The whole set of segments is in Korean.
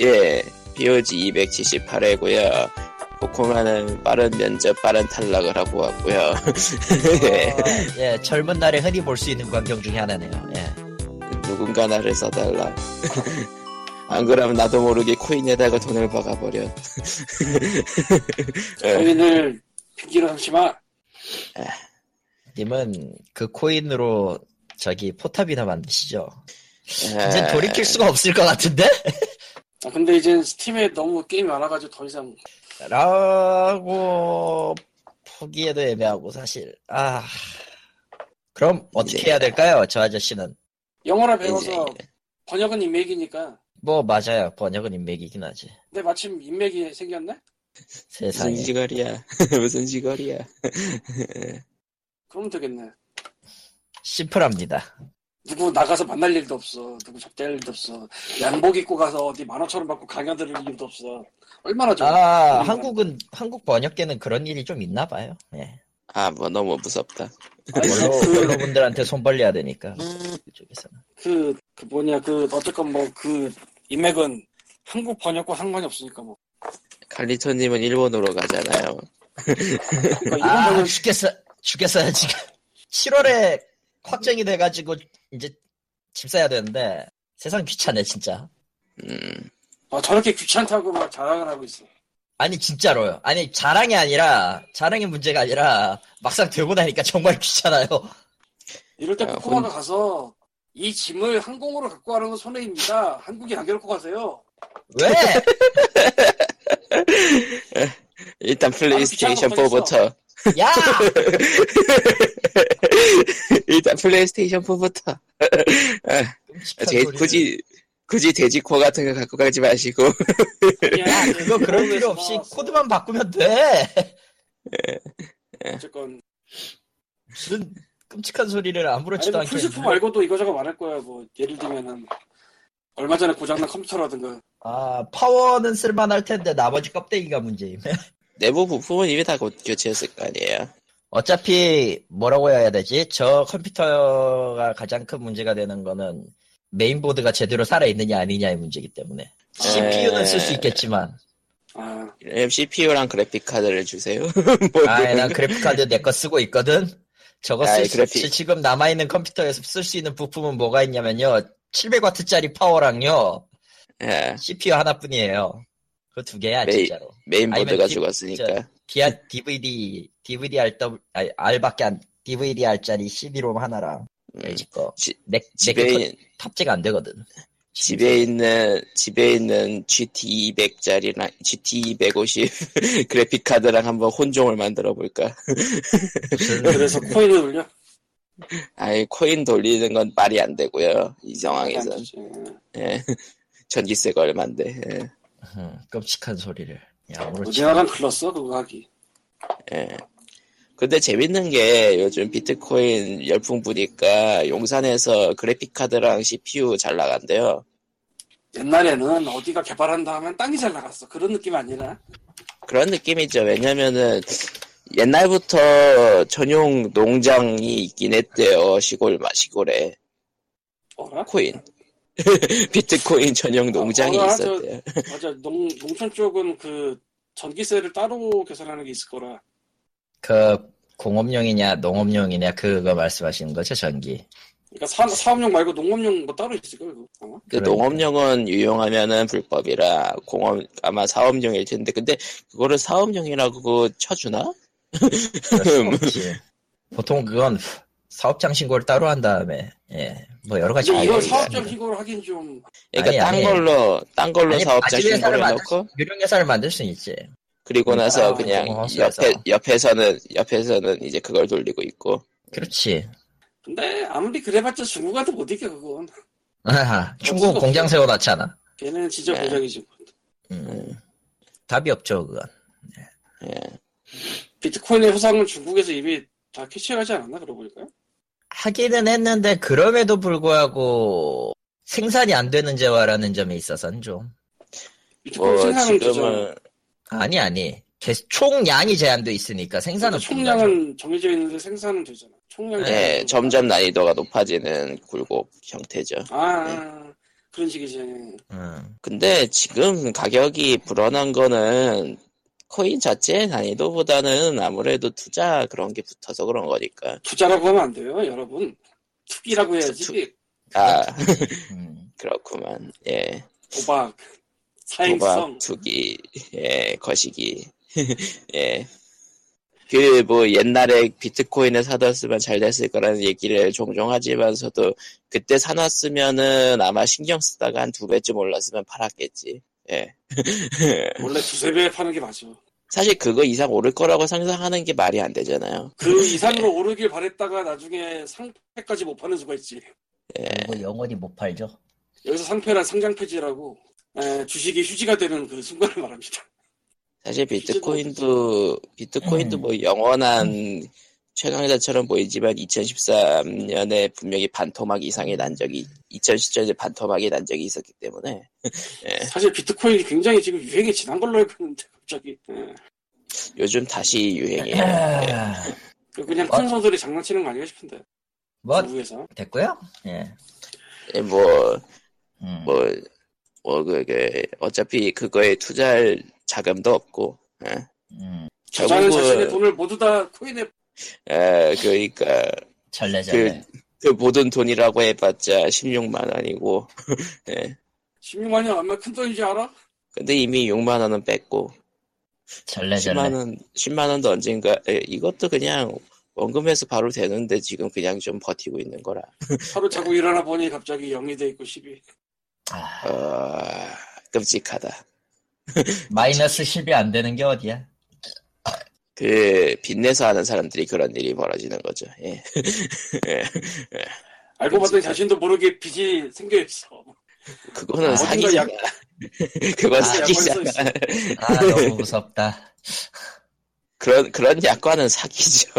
예, POG 278회고요. 코코마는 빠른 면접, 빠른 탈락을 하고 왔고요. 예, 어, 예, 젊은 날에 흔히 볼 수 있는 광경 중에 하나네요. 예. 누군가 나를 써달라. 안 그러면 나도 모르게 코인에다가 돈을 박아버려. 예, 코인을 핑계로 삼지 마. 님은 그 코인으로 저기 포탑이나 만드시죠. 이제 예. 돌이킬 수가 없을 것 같은데? 아, 근데 이젠 스팀에 너무 게임이 많아가지고 더 이상 라고 포기해도 애매하고 사실. 아. 그럼 어떻게 이제- 해야 될까요? 저 아저씨는. 영어를 이제 배워서 번역은 인맥이니까. 뭐 맞아요. 번역은 인맥이긴 하지. 근데 마침 인맥이 생겼네? 세상에. 무슨 지거리야. 무슨 지거리야. 그러면 되겠네. 심플합니다. 누구 나가서 만날 일도 없어. 누구 접대할 일도 없어. 양복 입고 가서 어디 만 원처럼 받고 강연 들을 일도 없어. 얼마나 좋아. 아, 한국은 한국 번역계는 그런 일이 좀 있나 봐요. 예. 아, 뭐 너무 무섭다. 아니, 원로, 그, 원로분들한테 손 벌려야 되니까. 그쪽에서는. 그, 그 뭐냐, 그, 어쨌건 뭐, 그, 인맥은 한국 번역과 상관이 없으니까 뭐. 칼리토님은 일본으로 가잖아요. 그러니까 이런 아, 번역, 죽겠어. 죽겠어요, 지금. 7월에 확정이 돼가지고, 이제 집 사야 되는데, 세상 귀찮네, 진짜. 음, 아, 저렇게 귀찮다고 막 자랑을 하고 있어. 아니, 진짜로요. 아니, 자랑이 아니라, 자랑의 문제가 아니라, 막상 되고 나니까 정말 귀찮아요. 이럴 때 아, 코코마가 혼- 가서 이 짐을 항공으로 갖고 가는 건 손해입니다. 한국에 남겨놓고 가세요. 왜? 일단 플레이스테이션 귀찮은 것도 4부터. 야! 일단 플레이스테이션 4부터. 끔찍한 아, 제, 소리를. 굳이 굳이 돼지코 같은 거 갖고 가지 마시고 야, 그거 그럴 필요 없이 코드만 바꾸면 돼. 예. 어쨌건 무슨 끔찍한 소리를 아니 아무렇지도 뭐 않게. 예. 플스포 말고도 이거저거 많을 거야. 뭐 예를 들면은 얼마 전에 고장난 컴퓨터라든가 아, 파워는 쓸만할 텐데, 나머지 껍데기가 문제임. 내부 부품은 이미 다 곧 교체했을 거 아니에요. 어차피 뭐라고 해야 되지? 저 컴퓨터가 가장 큰 문제가 되는 거는 메인보드가 제대로 살아있느냐 아니냐의 문제이기 때문에 CPU는 쓸 수 있겠지만 아, 램 CPU랑 그래픽 카드를 주세요. 뭐. 아이 난 그래픽카드 내 거 쓰고 있거든 저거 아이, 쓸 수 그래픽. 없지 지금 남아있는 컴퓨터에서 쓸 수 있는 부품은 뭐가 있냐면요 700W짜리 파워랑요 예, CPU 하나뿐이에요 그 두 개야 메인- 진짜로 메인보드가 아니면 디- 죽었으니까. 디아- DVD, DVD R, W, 아니, R밖에 안 DVD R짜리 CD롬 하나랑 음, LG 거 지- 내, 집에 내게 있- 탑재가 안 되거든. 집에 있는 집에 있는 GT 200짜리랑 GT 250 E 그래픽 카드랑 한번 혼종을 만들어 볼까. 그래서 코인을 돌려. 아이 코인 돌리는 건 말이 안 되고요. 이 안 상황에선 되지. 예. 전기세가 얼마인데. 예. 음, 끔찍한 소리를. 야, 아무렇지. 오징어랑 글렀어 그거 하기. 예. 근데 재밌는 게 요즘 비트코인 열풍 보니까 용산에서 그래픽카드랑 CPU 잘 나간대요. 옛날에는 어디가 개발한다 하면 땅이 잘 나갔어. 그런 느낌 아니라 그런 느낌이죠. 왜냐면은 옛날부터 전용 농장이 있긴 했대요. 시골, 마- 시골에. 어라? 코인. 비트코인 전용 농장이 어, 맞아. 있었대요. 맞아. 농 농촌 쪽은 그 전기세를 따로 계산하는 게 있을 거라. 그 공업용이냐 농업용이냐 그거 말씀하시는 거죠, 전기. 그러니까 사, 사업용 말고 농업용 뭐 따로 있을 거야. 그거. 어? 그 그러니까. 농업용은 유용하면은 불법이라 공업, 아마 사업용일 텐데. 근데 그거를 사업용이라고 쳐주나? 그럴 음. 수가 없지. 보통 그건 사업장 신고를 따로 한 다음에 예, 뭐 여러 가지 근데 아니, 이걸 아니, 사업적 신고를 하긴 좀 그러니까 아니, 딴 아니. 걸로, 딴 걸로 아니, 사업자 바지 회사를 신고를 만들 해놓고 유령 회사를 만들 수 있지. 그러니까 그리고 나서 아, 그냥 공항수에서. 옆에 옆에서는 옆에서는 이제 그걸 돌리고 있고 그렇지. 근데 아무리 그래봤자 중국한테 못 이겨 그건 아하, 중국 없어. 공장 세워놨잖아. 걔는 진짜 네. 고장이지 음, 답이 없죠, 그건. 예. 비트코인의 후상은 중국에서 이미 다 캐치하지 않았나 그러고 보니까 하기는 했는데 그럼에도 불구하고 생산이 안 되는 재화라는 점에 있어서는 좀. 비트코인 뭐 생산은 규정 지금은 아니 아니 개- 총량이 제한돼 있으니까 생산은 불가하죠. 그러니까 총량은 정해져 있는데 생산은 되잖아 총량 네, 예, 점점 난이도가 높아지는 굴곡 형태죠. 아 그런 식이지. 음. 근데 지금 가격이 불어난 거는 코인 자체의 난이도보다는 아무래도 투자 그런 게 붙어서 그런 거니까. 투자라고 하면 안 돼요, 여러분. 투기라고 해야지. 아, 음. 그렇구만. 예. 도박, 사행성. 도박, 투기, 예, 거시기. 예. 그 뭐 옛날에 비트코인을 사뒀으면 잘 됐을 거라는 얘기를 종종 하지만서도 그때 사놨으면은 아마 신경 쓰다가 한 두 배쯤 올랐으면 팔았겠지. 예. 원래 두세 배 파는 게 맞아. 사실 그거 이상 오를 거라고 상상하는 게 말이 안 되잖아요. 그 이상으로 오르길 바랬다가 나중에 상패까지 못 파는 수가 있지. 그리고 예. 영원히 못 팔죠. 여기서 상패란 상장폐지라고 에, 주식이 휴지가 되는 그 순간을 말합니다. 사실 비트코인도 비트코인도 뭐 영원한 최강자처럼 보이지만 2013년에 분명히 반토막 이상이 난 적이 2010년에 반토막이 난 적이 있었기 때문에 네. 사실 비트코인이 굉장히 지금 유행이 지난 걸로 알고 있는데 갑자기 예. 요즘 다시 유행이에요. 아, 그 그냥 네. 아. 큰 소들이 장난치는 거 아닌가 싶은데 뭐 미국에서 됐고요. 예. 뭐뭐 음. 뭐 그게 어차피 그거에 투자할 자금도 없고 예. 음. 저자는 결국은- 자신의 돈을 모두 다 코인에 예, 그러니까 전래전래. 그 모든 돈이라고 해봤자 16만 원이고 16만이 얼마 큰 돈인지 알아? 근데 이미 6만 원은 뺐고 그 전래전래. 10만 원, 10만 원도 언젠가 예, 이것도 그냥 원금에서 바로 되는데 지금 그냥 좀 버티고 있는 거라. 하루 네. 자고 일어나 보니 갑자기 0이 돼 있고 10이 아, 어, 끔찍하다. 마이너스 10이 안 되는 게 어디야? 그 빚내서 하는 사람들이 그런 일이 벌어지는 거죠. 예. 알고 봤더니 자신도 모르게 빚이 생겨 있어. 그거는 아, 사기잖아. 어딘가 그건 아, 사기잖아. 약관서 아, 너무 무섭다. 그런 그런 약관은 사기죠.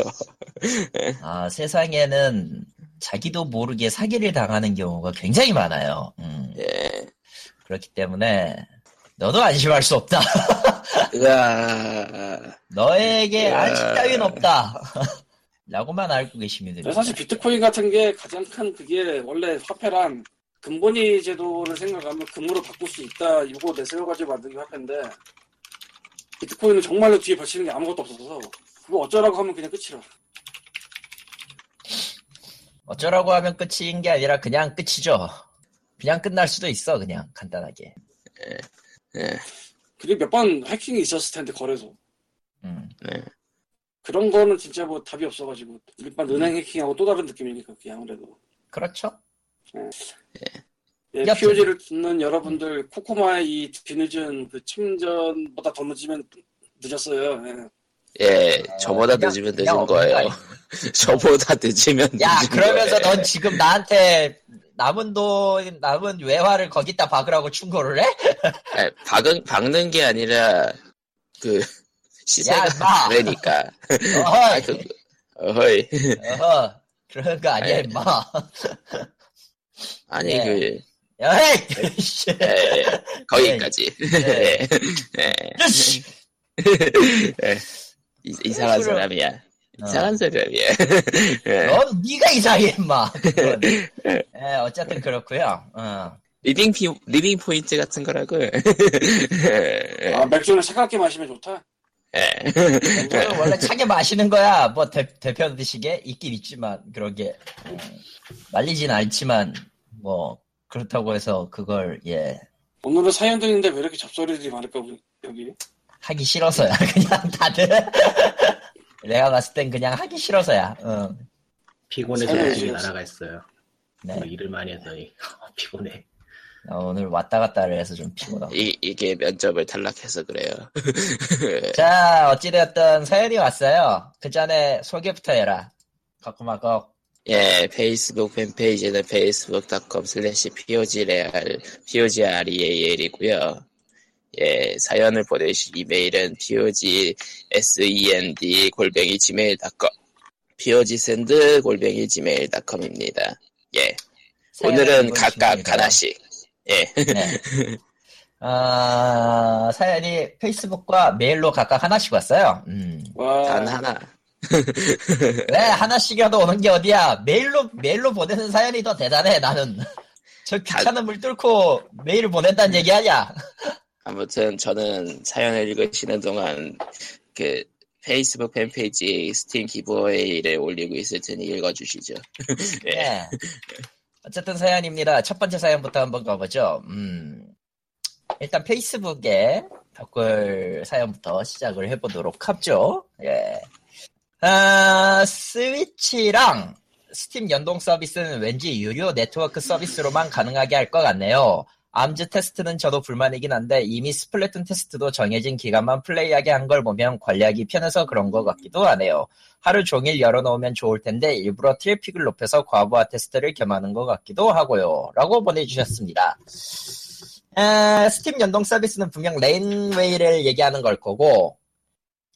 아, 세상에는 자기도 모르게 사기를 당하는 경우가 굉장히 많아요. 음, 예. 그렇기 때문에 너도 안심할 수 없다. 으아. 너에게 야. 안심 따윈 없다. 라고만 알고 계시면 근데 됩니다. 사실 비트코인 같은 게 가장 큰 그게 원래 화폐란 금본위 제도를 생각하면 금으로 바꿀 수 있다 이거 내세워가지고 만든 게 화폐인데 비트코인은 정말로 뒤에 받치는 게 아무것도 없어서 그거 어쩌라고 하면 그냥 끝이라 어쩌라고 하면 끝인 게 아니라 그냥 끝이죠. 그냥 끝날 수도 있어, 그냥 간단하게. 예. 그리고 몇 번 해킹이 있었을 텐데 거래소 음. 그런 거는 진짜 뭐 답이 없어가지고 일반 은행 해킹하고 또 다른 느낌이니까 그게 아무래도 그렇죠. 예, 여튼. POG를 듣는 여러분들 코코마의 이 뒤늦은 그 침전보다 더 늦으면 늦었어요 예. 예. 저보다 그냥- 늦으면 그냥 늦은 없는 거 거예요. 아니에요? 저보다 늦으면 야, 늦은 그러면서 거예요. 넌 지금 나한테 남은 돈, 남은 외화를 거기다 박으라고 충고를 해? 아니, 박은, 박는 게 아니라, 그, 야, 시세가 임마. 다르니까. 아, 그, 어허이, 어허이. 어허, 그런 거 아니야, 아니, 임마. 아니, 예. 그, 어헤이, 씨. 예, 거기까지. 예. 예. 이씨. 예. 이, 이상한 그래. 사람이야. 어. 이상한 사람이야. 예. 넌 네가 이상해, 임마. 그건. 네. 예, 어쨌든 그렇고요. 어. 리빙, 피, 리빙 포인트 같은 거라고. 예. 예. 아, 맥주는 차갑게 마시면 좋다 네. 이거는 원래 차게 마시는 거야. 뭐 대, 대표 드시게 있긴 있지만 그런 게 음, 말리진 않지만 뭐 그렇다고 해서 그걸 예 오늘은 사연들인데 왜 이렇게 잡소리들이 많을까 우리 여기 하기 싫어서야 그냥 다들 내가 봤을 땐 그냥 하기 싫어서야. 응. 피곤해서 네. 사연이 정신이 없어. 날아가 있어요. 네. 뭐 일을 많이 했더니 피곤해. 나 오늘 왔다 갔다를 해서 좀 피곤하고. 이, 이게 면접을 탈락해서 그래요. 자 어찌되었든 사연이 왔어요. 그 전에 소개부터 해라. 가끔하고 예, 페이스북 팬페이지는 facebook.com slash pogreal, pogreal이고요. 예, 사연을 보내실 이메일은 pogsend 골뱅이 gmail.com, pogsend 골뱅이 gmail.com입니다. 예, 오늘은 각각 하나씩. 예, 네. 아, 사연이 페이스북과 메일로 각각 하나씩 왔어요. 음. 네, 와 단 하나. 왜 하나씩이라도 오는 게 어디야? 메일로 메일로 보내는 사연이 더 대단해 나는. 저 귀찮은 물 뚫고 메일을 보낸다는 얘기 아니야? 아무튼 저는 사연을 읽으시는 동안 그 페이스북 팬페이지 스팀 기부웨이를 올리고 있을 테니 읽어주시죠. 예. 네. 어쨌든 사연입니다. 첫 번째 사연부터 한번 가보죠. 음, 일단 페이스북에 덕글 사연부터 시작을 해보도록 하죠. 예. 아, 스위치랑 스팀 연동 서비스는 왠지 유료 네트워크 서비스로만 가능하게 할 것 같네요. 암즈 테스트는 저도 불만이긴 한데 이미 스플래툰 테스트도 정해진 기간만 플레이하게 한 걸 보면 관리하기 편해서 그런 것 같기도 하네요. 하루 종일 열어놓으면 좋을 텐데 일부러 트래픽을 높여서 과부하 테스트를 겸하는 것 같기도 하고요. 라고 보내주셨습니다. 에, 스팀 연동 서비스는 분명 레인웨이를 얘기하는 걸 거고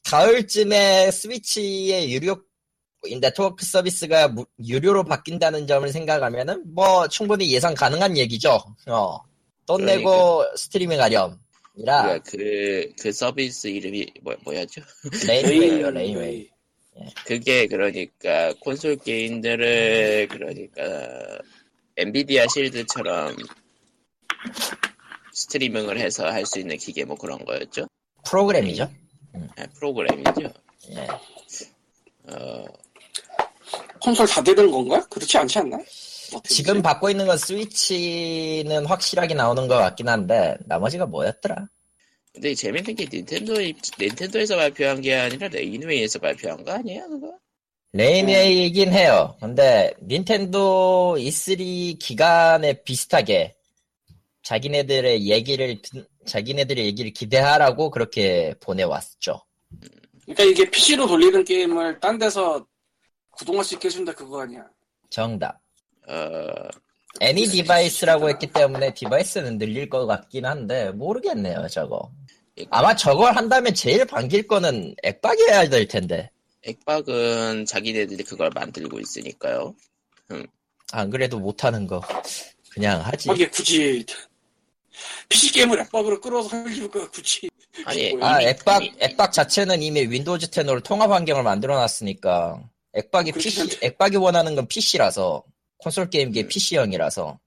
가을쯤에 스위치의 유료 네트워크 서비스가 무- 유료로 바뀐다는 점을 생각하면은 뭐 충분히 예상 가능한 얘기죠. 어. 돈 내고 스트리밍 하렴이라 그러니까 그, 그 서비스 이름이 뭐, 뭐였죠? 그 레인웨이요 레인웨이. 그게 그러니까 콘솔 게임들을 그러니까 엔비디아 실드처럼 스트리밍을 해서 할 수 있는 기계 뭐 그런 거였죠? 프로그램이죠. 아, 프로그램이죠. 예. 어, 콘솔 다 되는 건가? 그렇지 않지 않나? 어떻게 지금 되지? 받고 있는 건 스위치는 확실하게 나오는 것 같긴 한데 나머지가 뭐였더라? 근데 재밌는 게 닌텐도 입, 닌텐도에서 발표한 게 아니라 레인웨이에서 발표한 거 아니야 그거? 레인웨이긴 해요. 근데 닌텐도 E3 기간에 비슷하게 자기네들의 얘기를 듣- 자기네들의 얘기를 기대하라고 그렇게 보내왔죠. 그러니까 이게 PC로 돌리는 게임을 딴 데서 구동할 수 있게 해준다 그거 아니야? 정답. 어, 애니 디바이스라고 했기 때문에 디바이스는 늘릴 것 같긴 한데 모르겠네요 저거. 아마 저걸 한다면 제일 반길 거는 액박이어야 될 텐데 액박은 자기네들이 그걸 만들고 있으니까요. 안 그래도 못하는 거 그냥 하지. 거기에 굳이 PC 게임을 앱밥으로 끌어서 할 이유가 굳이 아니 뭐야? 아, 이미- 액박, 이미- 액박 자체는 이미 윈도우즈 10으로 통합 환경을 만들어 놨으니까, 액박이 그렇긴 PC, 한데. 액박이 원하는 건 PC라서, 콘솔 게임기의 음. PC형이라서,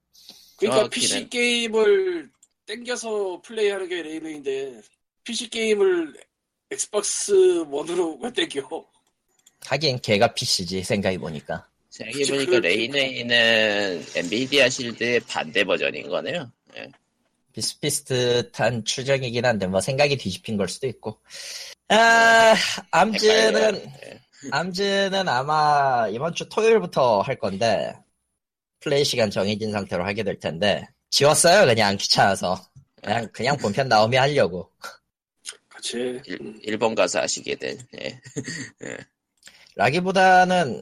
그러니까 어, PC 기네. 게임을 땡겨서 플레이하는 게 레이베인데 PC 게임을 엑스박스 원으로 왜 땡겨? 하긴 걔가 PC지, 생각해보니까. 생각해보니까 레인웨이는 엔비디아 실드의 반대 버전인 거네요. 예. 비슷비슷한 추정이긴 한데, 뭐, 생각이 뒤집힌 걸 수도 있고. 아, 네, 암즈는, 예. 암즈는 아마 이번 주 토요일부터 할 건데, 플레이 시간 정해진 상태로 하게 될 텐데, 지웠어요, 그냥 귀찮아서. 그냥, 그냥 본편 나오면 하려고. 같이 일- 일본 가서 아시게 된. 예. 라기보다는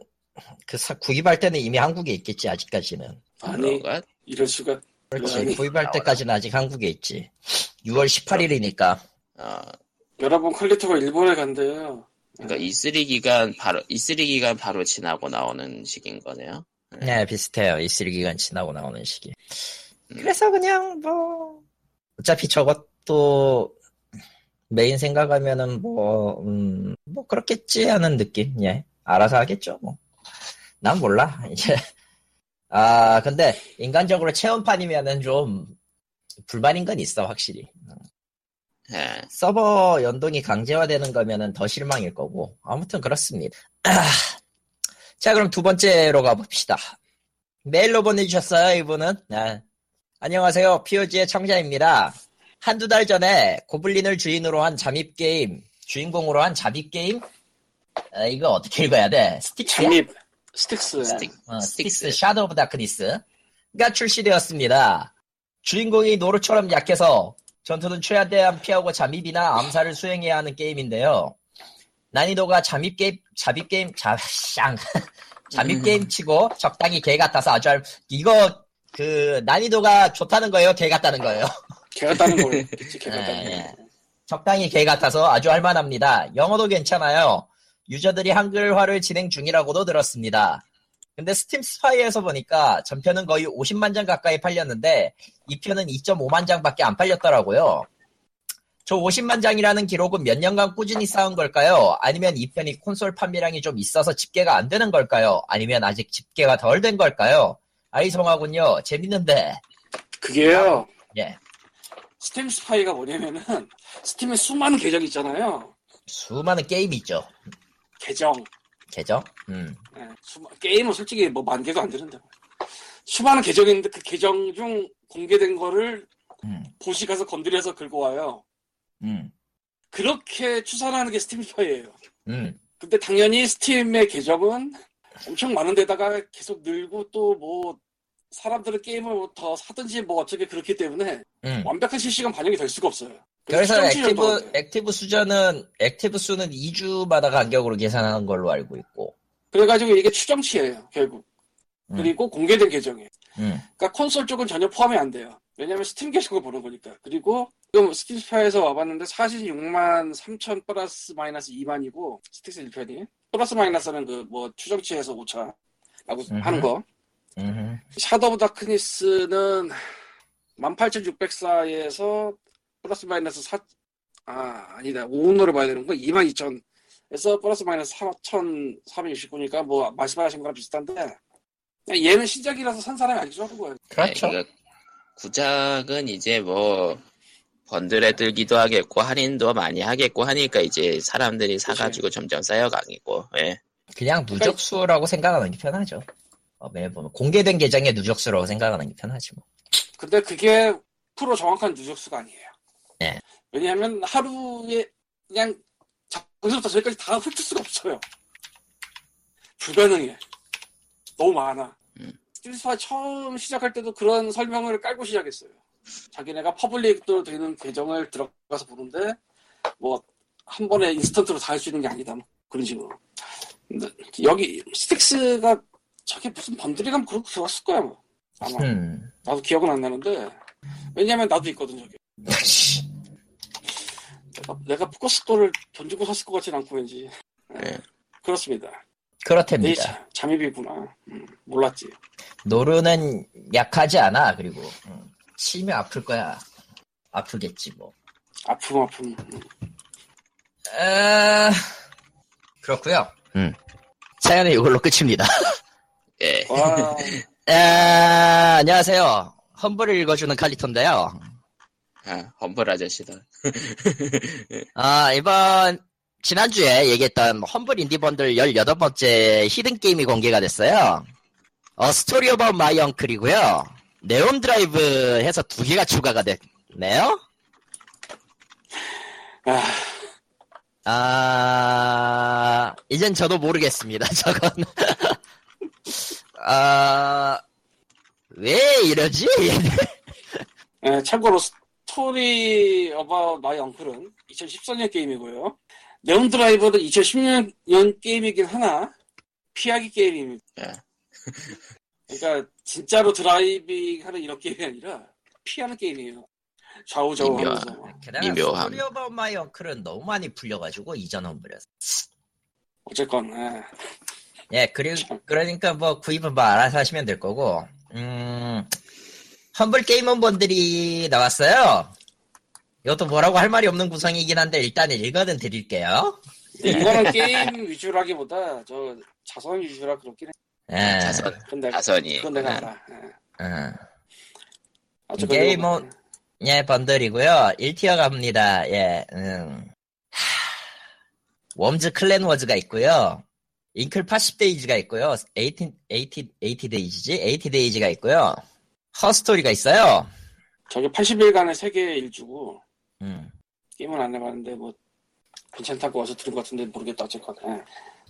그 사- 구입할 때는 이미 한국에 있겠지 아직까지는 아니 그런가? 이럴 수가 그렇지 아니, 구입할 나와요. 때까지는 아직 한국에 있지 6월 18일이니까 어, 여러분 컬리터가 일본에 간대요. 그러니까 E3 기간 바로 E3 기간 바로 지나고 나오는 식인 거네요. 네 비슷해요 E3 기간 지나고 나오는 시기 그래서 그냥 뭐 어차피 저것도 메인 생각하면은 뭐, 음, 뭐 그렇겠지 하는 느낌 예 알아서 하겠죠 뭐 난 몰라 이제 아 근데 인간적으로 체험판이면은 좀 불만인 건 있어 확실히 네. 예. 서버 연동이 강제화되는 거면은 더 실망일 거고 아무튼 그렇습니다. 자 그럼 두 번째로 가봅시다. 메일로 보내주셨어요 이분은. 네. 안녕하세요 POG의 청자입니다. 한두 달 전에 고블린을 주인으로 한 잠입 게임 주인공으로 한 잠입 게임 아, 이거 어떻게 읽어야 돼? 스틱스 잠입 스틱스 스틱, 어, 스틱스 스틱스. 샤드 오브 다크니스가 출시되었습니다. 주인공이 노루처럼 약해서 전투는 최대한 피하고 잠입이나 암살을 수행해야 하는 게임인데요. 난이도가 잠입 게임, 잠입 게임, 자, 쌍. 잠입 음. 게임 치고 적당히 개 같아서 아주 알- 이거 그 난이도가 좋다는 거예요, 개 같다는 거예요. 개가 따는 거예요. 개가 따는 예. 거. 적당히 개 같아서 아주 할만합니다. 영어도 괜찮아요. 유저들이 한글화를 진행 중이라고도 들었습니다. 근데 스팀 스파이에서 보니까 전편은 거의 50만 장 가까이 팔렸는데 2편은 2.5만 장밖에 안 팔렸더라고요. 저 50만 장이라는 기록은 몇 년간 꾸준히 쌓은 걸까요? 아니면 2편이 콘솔 판매량이 좀 있어서 집계가 안 되는 걸까요? 아니면 아직 집계가 덜 된 걸까요? 아이송하군요. 재밌는데 그게요. 예. 스팀 스파이가 뭐냐면은 스팀에 수많은 계정 있잖아요. 수많은 게임이 있죠. 계정. 계정? 음. 예, 수- 게임은 솔직히 뭐 만 개도 안 되는데 수많은 계정이 있는데 그 계정 중 공개된 거를 음. 보시 가서 건드려서 긁고 와요. 음. 그렇게 추산하는 게 스팀 스파이예요. 음. 근데 당연히 스팀의 계정은 엄청 많은데다가 계속 늘고 또 뭐 사람들은 게임을 뭐더 사든지 뭐 어떻게 그렇기 때문에 음. 완벽한 실시간 반영이 될 수가 없어요. 그래서 시청 시간도 액티브 없어요. 액티브 수전은 액티브 수는 2주마다 간격으로 계산하는 걸로 알고 있고. 그래가지고 이게 추정치예요 결국. 음. 그리고 공개된 계정이에요. 음. 그러니까 콘솔 쪽은 전혀 포함이 안 돼요. 왜냐면 스팀 계정을 보는 거니까. 그리고 지금 스팀스파에서 와봤는데 46만 3천 플러스 마이너스 2만이고 스틱스 1편이 플러스 마이너스는 그 뭐 추정치에서 5차라고 음흠. 하는 거. 음. 샤더 오브 다크니스는 18,604에서 플러스 마이너스 4, 아, 아니다. 오운으로 봐야 되는 거 22,000에서 플러스 마이너스 4,369니까 뭐 말씀하신 거랑 비슷한데 얘는 신작이라서 산 사람이 알기 좋은 거예요. 그렇죠. 네, 그러니까 구작은 이제 뭐 번들에 들기도 하겠고 할인도 많이 하겠고 하니까 이제 사람들이 사가지고 점점 쌓여가겠고 예. 그냥 누적수라고 생각하는 게 편하죠. 어, 매일 보면 공개된 계정의 누적수라고 생각하는 게 편하지 뭐. 근데 그게 프로 정확한 누적수가 아니에요. 네. 왜냐하면 하루에 그냥 자- 거기서부터 저기까지 다 훑을 수가 없어요. 불가능해. 너무 많아. 음. 스팀스파 처음 시작할 때도 그런 설명을 깔고 시작했어요. 자기네가 퍼블릭도 되는 계정을 들어가서 보는데 뭐 한 번에 인스턴트로 다 할 수 있는 게 아니다. 뭐 그런 식으로. 근데 여기 스틱스가 저게 무슨 번들이 가면 그렇게 들어갔을 거야 뭐. 아마. 음. 나도 기억은 안 나는데 왜냐면 나도 있거든 저기 음. 내가, 내가 포커스 거를 돈 주고 샀을 것 같진 않고 왠지 네. 그렇습니다 내 그렇답니다. 자- 잠입이구나 음, 몰랐지 노루는 약하지 않아. 그리고 음. 치면 아플 거야. 아프겠지 뭐. 아픔 아픔 음. 아, 그렇고요. 음. 사연은 이걸로 끝입니다. 예. 와 아, 안녕하세요. 험블을 읽어주는 칼리토인데요. 아, 험블 아저씨다. 아, 이번, 지난주에 얘기했던 험블 인디번들 18번째 히든게임이 공개가 됐어요. 어, 스토리 오브 마이 언클이고요. 네온 드라이브 해서 두 개가 추가가 됐네요. 아, 아, 이젠 저도 모르겠습니다, 저건. 아, 왜 이러지? 예, 참고로 스토리 어바웃 마이 언클은 2014년 게임이고요 네온 드라이버는 2016년 게임이긴 하나 피하기 게임입니다 네. 예. 그러니까 진짜로 드라이빙하는 이런 게임이 아니라 피하는 게임이에요 좌우좌우하면서 미묘함. 스토리 오브 마이 언클은 너무 많이 풀려가지고, 이전 험블에서. 어쨌건 예. 예, 그리고, 그러니까 뭐, 구입은 뭐, 알아서 하시면 될 거고, 음, 험블 게임원본들이 나왔어요. 이것도 뭐라고 할 말이 없는 구성이긴 한데, 일단 읽어는 드릴게요. 예. 근데 이거는 게임 위주라기보다 저 자선 위주라 그렇긴 해. 네. 예. 자선, 근데 자선이. 그건 내가 아, 알아. 예. 음. 어쨌건 이게 이거 뭐- 예, 번들이고요. 1티어 갑니다. 예, 음. 하. 웜즈 클랜 워즈가 있고요. 잉클 80데이지가 있고요. 18, 18, 80데이지지? 80데이지가 있고요. 허스토리가 있어요. 저게 80일간의 세계 일주고 음. 게임은 안 해봤는데 뭐 괜찮다고 와서 들은 것 같은데 모르겠다 어쨌건. 예.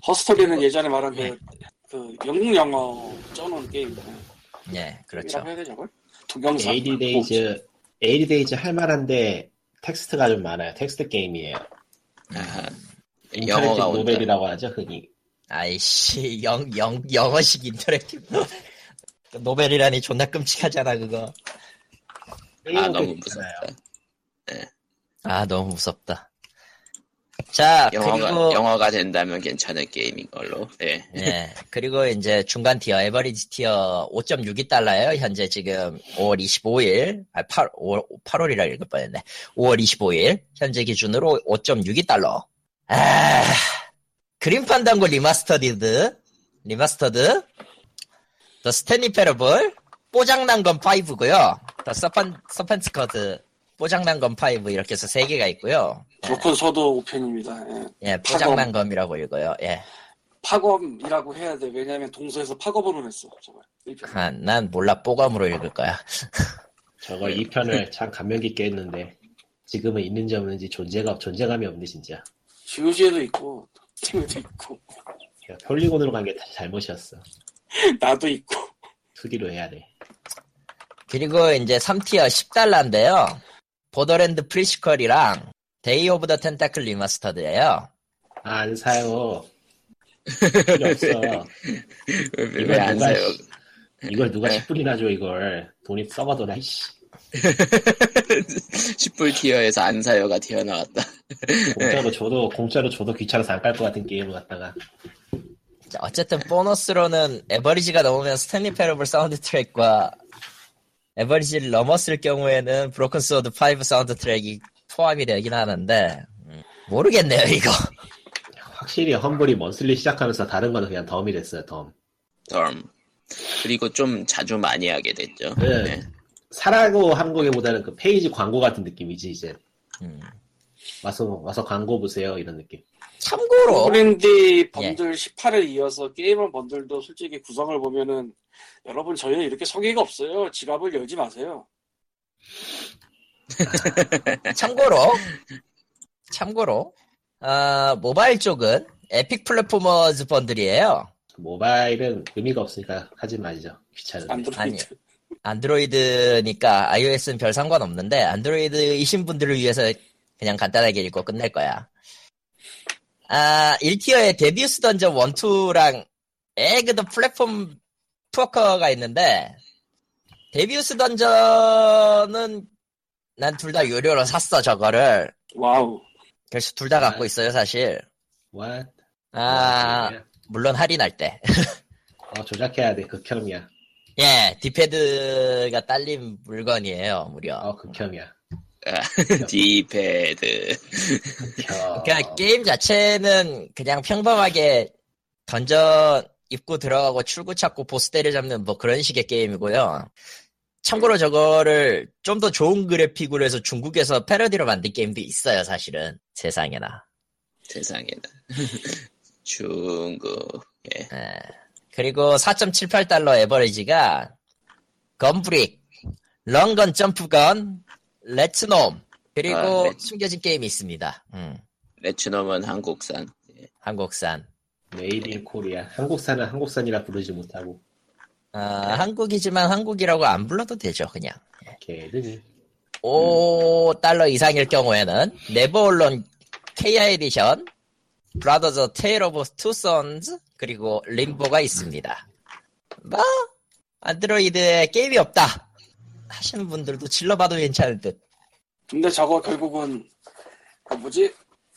허스토리는 예전에 말한 그, 네. 그 영국 영어 쪄놓은 게임이다. 예, 그렇죠. 이라고 해야 되냐고? 동영상. 뭐 에이디 데이즈 에이디 데이즈 할 만한데 텍스트가 좀 많아요. 텍스트 게임이에요. 아하. 영어가 인터랙티브 온다. 노벨이라고 하죠, 흔히. 아이씨, 영, 영, 영어식 인터랙티브. 그 노벨이라니 존나 끔찍하잖아, 그거. 아, 게임은 너무 꽤 무섭다. 있잖아요. 아, 너무 무섭다. 아, 자, 영어가, 그리고. 영어가 된다면 괜찮은 게임인 걸로. 예. 예. 그리고 이제 중간 티어, 에버리지 티어 5.62달러예요. 현재 지금 5월 25일, 아, 8, 5, 8월이라 읽을 뻔했네. 5월 25일, 현재 기준으로 5.62달러. 아, 그린판 단골 리마스터디드, 리마스터드, 더 스탠리 페러블, 뽀장난 건 5고요. 더 서펀, 서펀트 커드, 뽀장난 건 5, 이렇게 해서 3개가 있고요. 조건 서도 5편입니다. 예, 뽀장난 검이라고 읽어요. 예. 파검이라고 해야 돼. 왜냐면 동서에서 파검으로 했어. 저걸. 일편. 아, 난 몰라, 뽀검으로 읽을 거야. 저거 네. 2편을 참 감명 깊게 했는데 지금은 있는지 없는지 존재가 존재감이 없네 진짜. GOG에도 있고, 팀에도 있고, 야, 폴리곤으로 간 게 잘못이었어. 나도 있고. 2D로 해야 돼. 그리고 이제 3티어 10달러인데요. 보더랜드 프리시컬이랑 데이 오브 더 텐타클 리마스터드예요 아, 안 사요. 필요 없어. 왜안 누가, 사요? 네. 씨, 이걸 누가 10불이나 줘 이걸. 돈이 썩어도나 이씨. 10불 티어에서 안 사요가 튀어나왔다. 공짜로 줘도 공짜로 줘도 귀찮아서 안 깔 것 같은 게임을 갖다가 자, 어쨌든 보너스로는 에버리지가 넘으면 스탠리 페러블 사운드 트랙과 에버리지를 넘었을 경우에는 브로큰 소드 5 사운드 트랙이 포함이 되긴 하는데 음, 모르겠네요 이거 확실히 험블이 먼슬리 시작하면서 다른 거는 그냥 덤이 됐어요 덤. 덤. 그리고 좀 자주 많이 하게 됐죠. 네. 네. 사라고 한 거기보다는 그 페이지 광고 같은 느낌이지 이제 음. 와서 와서 광고 보세요 이런 느낌. 참고로 브랜디 번들 18을 이어서 게이머 번들도 솔직히 구성을 보면은 여러분 저희는 이렇게 성의가 없어요. 지갑을 열지 마세요. 참고로 참고로 아, 모바일 쪽은 에픽 플랫포머즈 번들이에요 모바일은 의미가 없으니까 하지 마시죠. 귀찮은. 안드로이드. 안드로이드니까 iOS는 별 상관없는데 안드로이드이신 분들을 위해서 그냥 간단하게 읽고 끝낼 거야. 아, 1티어에 데비우스 던전 1, 2랑 에그더 플랫폼 투어커가 있는데 데비우스 던전은 난 둘 다 유료로 샀어 저거를. 와우. 그래서 둘 다 갖고 있어요 사실. What? 아, 물론 할인할 때. 어, 조작해야 돼. 극혐이야. 예, 디패드가 딸린 물건이에요 무려. 어, 극혐이야. 디패드. 극혐. 그러니까 게임 자체는 그냥 평범하게 던전 입구 들어가고 출구 찾고 보스 때려잡는 뭐 그런 식의 게임이고요. 참고로 저거를 좀 더 좋은 그래픽으로 해서 중국에서 패러디로 만든 게임도 있어요, 사실은. 세상에나. 세상에나. 중국. 예. 예. 그리고 4.78달러 에버리지가 건브릭, 런건 점프건, 레츠놈, 그리고 아, 레츠. 숨겨진 게임이 있습니다. 음, 레츠놈은 한국산. 예. 한국산. 메이드 인 코리아. 한국산은 한국산이라 부르지 못하고. 네. 아, 한국이지만 한국이라고 안 불러도 되죠, 그냥. 걔들이. 5달러 이상일 경우에는, 네버얼론 KI 에디션, 브라더즈 테일 오브 투 선즈, 그리고 림보가 있습니다. 뭐, 안드로이드에 게임이 없다! 하시는 분들도 질러봐도 괜찮을 듯. 근데 저거 결국은 그 뭐지?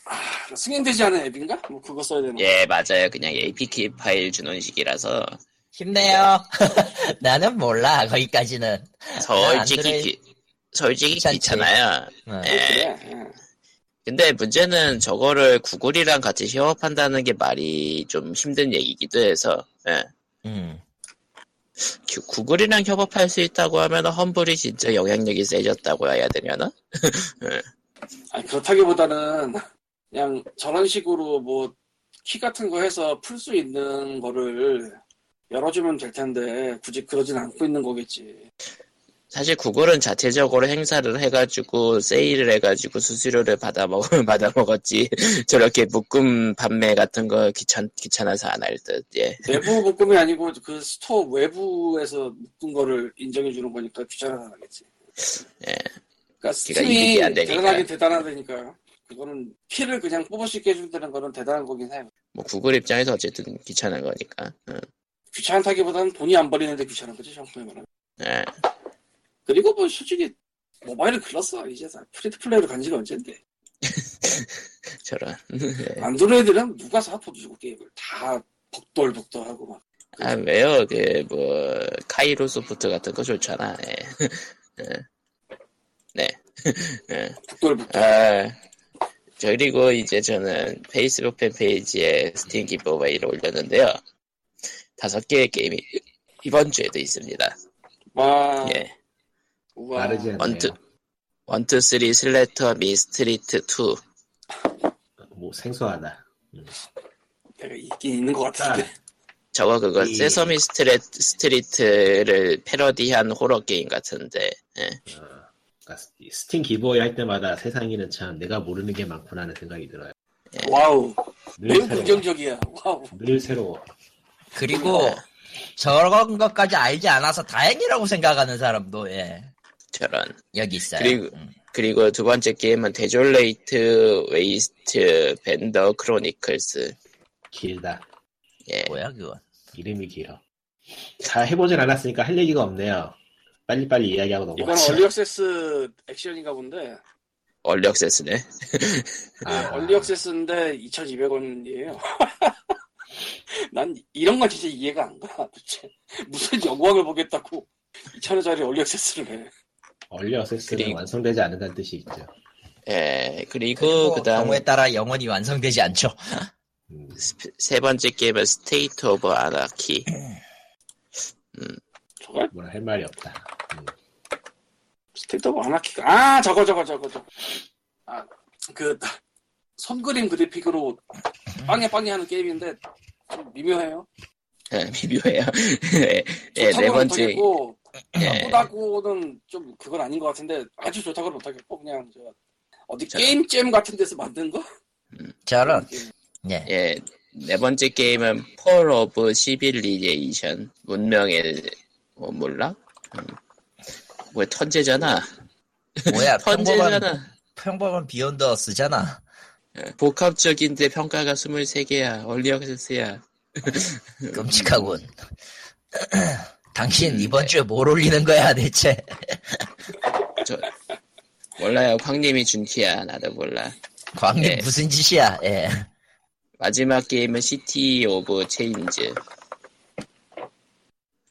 아, 승인되지 않은 앱인가? 뭐 그거 써야 되나? 예, 맞아요. 그냥 APK 파일 주는 식이라서 힘내요. 나는 몰라, 거기까지는. 솔직히 안드로이- 기, 솔직히 귀찮지. 귀찮아요. 어. 예. 그래. 예. 근데 문제는 저거를 구글이랑 같이 협업한다는 게 말이 좀 힘든 얘기기도 해서 예. 음. 구- 구글이랑 협업할 수 있다고 하면 험블이 진짜 영향력이 세졌다고 해야 되려나? 아니, 그렇다기보다는 그냥 저런 식으로 뭐 키 같은 거 해서 풀 수 있는 거를 열어주면 될 텐데 굳이 그러진 않고 있는 거겠지. 사실 구글은 자체적으로 행사를 해가지고 세일을 해가지고 수수료를 받아먹 받아먹었지 저렇게 묶음 판매 같은 거 귀찮 귀찮아서 안 할 듯. 예. 내부 묶음이 아니고 그 스토어 외부에서 묶은 거를 인정해 주는 거니까 귀찮아서 안 하겠지. 예. 그러니까 이득이 스팀이 안 되니까. 대단하긴 대단하다니까요. 그거는 키를 그냥 뽑을 수 있게 해준다는 거는 대단한 거긴 해요. 뭐 구글 입장에서 어쨌든 귀찮은 거니까. 응. 귀찮다기보다는 돈이 안 버리는데 귀찮은 거지 정확히 말하면. 예. 그리고 뭐 솔직히 모바일은 글렀어 이제 다 프리트 플레이로 간 지가 언젠데. 저런. 네. 안드로이드는 누가 사포 주고 게임을 다 복돌복돌하고 막 아 왜요? 그 뭐 카이로 소프트 같은 거 좋잖아. 예. 복돌복돌. 아, 저 그리고 이제 저는 페이스북 팬페이지에 스팀 기법웨이를 올렸는데요. 다섯 개의 게임이 이번 주에도 있습니다. 와, 예. 우와. 마르지 않네요. 원투. 원투 쓰리 슬래터 미스트리트 투 뭐 생소하다. 내가 있긴 있는 것 아, 같은데. 저거 그거 예. 이- 세서미 스트레, 스트리트를 패러디한 호러 게임 같은데 예. 그러니까 스팀 기부어이 할 때마다 세상에는 참 내가 모르는 게 많구나 하는 생각이 들어요. 예. 와우. 늘 매우 새로워. 긍정적이야. 와우. 늘 새로워. 그리고 저런 것까지 알지 않아서 다행이라고 생각하는 사람도 예. 저런 여기 있어요. 그리고- 음. 그리고 두 번째 게임은 데졸레이트 웨이스트 벤더 크로니클스 길다. 예. 뭐야 그건? 이름이 길어. 다 해보진 않았으니까 할 얘기가 없네요. 빨리빨리 이야기하고 이건 넘어가죠. 얼리억세스 액션인가 본데. 얼리 액세스네 아, 얼리억세스인데 2,200원이에요. 난 이런 건 진짜 이해가 안 가. 도대체 무슨 영광을 보겠다고 2,000원짜리 얼리억세스를 해. 얼리 어세스는 그리고- 완성되지 않는다는 뜻이 있죠. 예. 그리고 그리고 그 다음 경우에 따라 영원히 완성되지 않죠. 음, 세 번째 게임은 스테이트 오브 아나키 저걸 뭐라 할 말이 없다. 음, 스택더브 아나키가. 아, 저거, 저거, 저거, 저거. 아, 그, 손그림 그래픽으로 빵에 빵에 하는 게임인데 좀 미묘해요. 예, 미묘해요 예, 예, 네 좋다고는 번째 못하겠고, 예. 나쁘다고는 뭐 좀 그건 아닌 것 같은데 아주 좋다고는 못하겠고 그냥 저 어디 자. 게임잼 같은 데서 만든 거? 저런 예. 예, 네 번째 게임은 폴 오브 시빌리제이션 문명의 뭐 몰라? 음. 뭐 턴제잖아. 네, 뭐야 평범한 턴제잖아. 평범한 비욘더 쓰잖아. 예, 복합적인데 평가가 23개야. 얼리억세스야. 끔찍하군. 당신 이번 주에 뭘 올리는 거야 대체? 저 몰라요. 광님이 준 티야. 나도 몰라. 광님 네. 예. 무슨 짓이야? 예. 마지막 게임은 시티 오브 체인즈.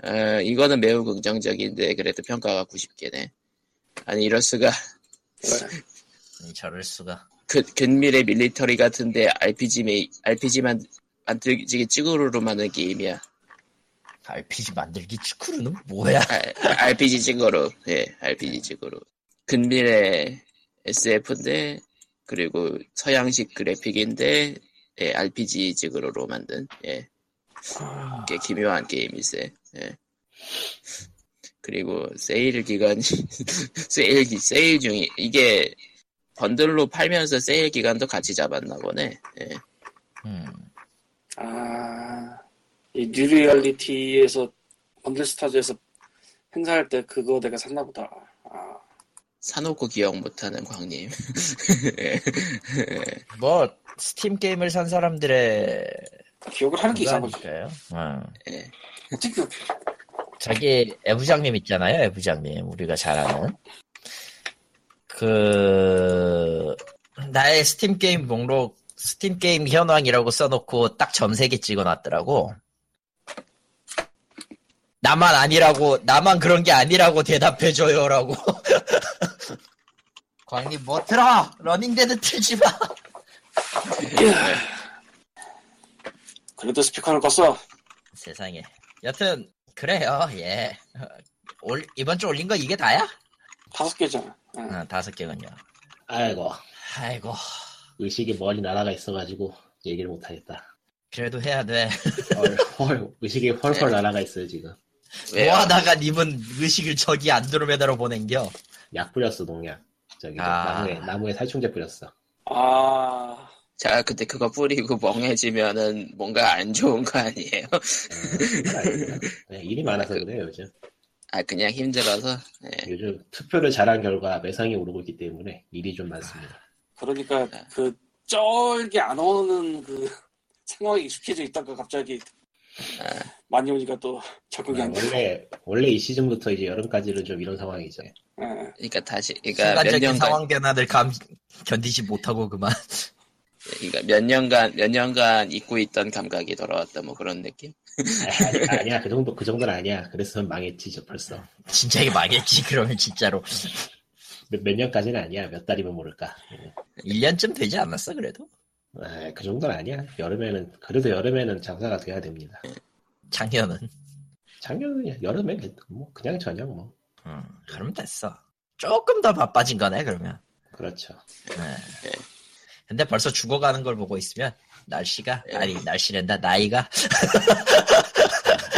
어, 이거는 매우 긍정적인데 그래도 평가가 90개네. 아니 이럴 수가. 네. 음, 저럴 수가. 그, 근밀의 밀리터리 같은데 RPG 메이, RPG만 만들기 찌그루로 만든 게임이야. RPG 만들기 축구는 뭐야? 아, RPG 찌그루. 예, RPG 찌그루. 근밀의 SF인데 그리고 서양식 그래픽인데 예, RPG 찌그루로 만든 예. 꽤 기묘한 게임이세. 예. 그리고 세일 기간 세일 기- 세일 중이 이게 번들로 팔면서 세일 기간도 같이 잡았나 보네. 예. 음, 아, 이 뉴리얼리티에서 번들스타즈에서 행사할 때 그거 내가 샀나 보다. 아, 사놓고 기억 못하는 광님. 예. 뭐 스팀 게임을 산 사람들의 기억을 하는 게 이상한 거지. 그거니까요. 음. 예. 어떻게 그렇게 자기 애부장님 있잖아요, 애부장님. 우리가 잘 아는. 그, 나의 스팀 게임 목록, 스팀 게임 현황이라고 써놓고 딱 점세개 찍어 놨더라고. 나만 아니라고, 나만 그런 게 아니라고 대답해줘요라고. 광님 뭐 틀어! 러닝데드 틀지 마! 네. 그래도 스피커를 껐어. 세상에. 여튼, 그래요, 예. 올, 이번 주 올린 거 이게 다야? 다섯 개잖아. 네. 아, 어, 다섯 개군요. 아이고 아이고. 의식이 멀리 날아가 있어가지고 얘기를 못하겠다. 그래도 해야 돼. 헐, 헐, 의식이 네. 헐헐 날아가 있어요 지금. 왜요? 뭐 하다가 님은 의식을 저기 안드로메다로 보낸겨. 약 뿌렸어 농약. 저기 아. 나무에 나무에 살충제 뿌렸어. 아, 자, 근데 그거 뿌리고 멍해지면은 뭔가 안 좋은 거 아니에요? 아, 아닙니다. 그냥 일이 많아서 그래요 네. 요즘. 아, 그냥 힘들어서. 예. 요즘 투표를 잘한 결과 매상이 오르고 있기 때문에 일이 좀 많습니다. 그러니까 네. 그 쩔게 안 오는 그 상황이 익숙해져 있다가 갑자기 네. 많이 오니까 또 적응이 안 돼. 아, 원래 원래 이 시즌부터 이제 여름까지는 좀 이런 상황이죠. 네. 예. 그러니까 다시, 그러니까 몇 순간적인 년간, 상황 변화를 감, 견디지 못하고 그만. 그러니까 몇 년간, 몇 년간 잊고 있던 감각이 돌아왔다, 뭐 그런 느낌? 아니, 아니야 그 정도 그 정도는 아니야. 그래서 망했지 저 벌써. 진짜 이게 망했지, 그러면 진짜로. 몇, 몇 년까지는 아니야. 몇 달이면 모를까. 1년쯤 되지 않았어, 그래도? 아, 그 정도는 아니야. 여름에는 그래도 여름에는 장사가 돼야 됩니다. 작년은. 작년 여름에 됐- 뭐 그냥 저녁 뭐 음, 그럼 됐어. 조금 더 바빠진 거네, 그러면. 그렇죠. 네. 근데 벌써 죽어가는 걸 보고 있으면 날씨가 예. 아니 날씨랜다 나이가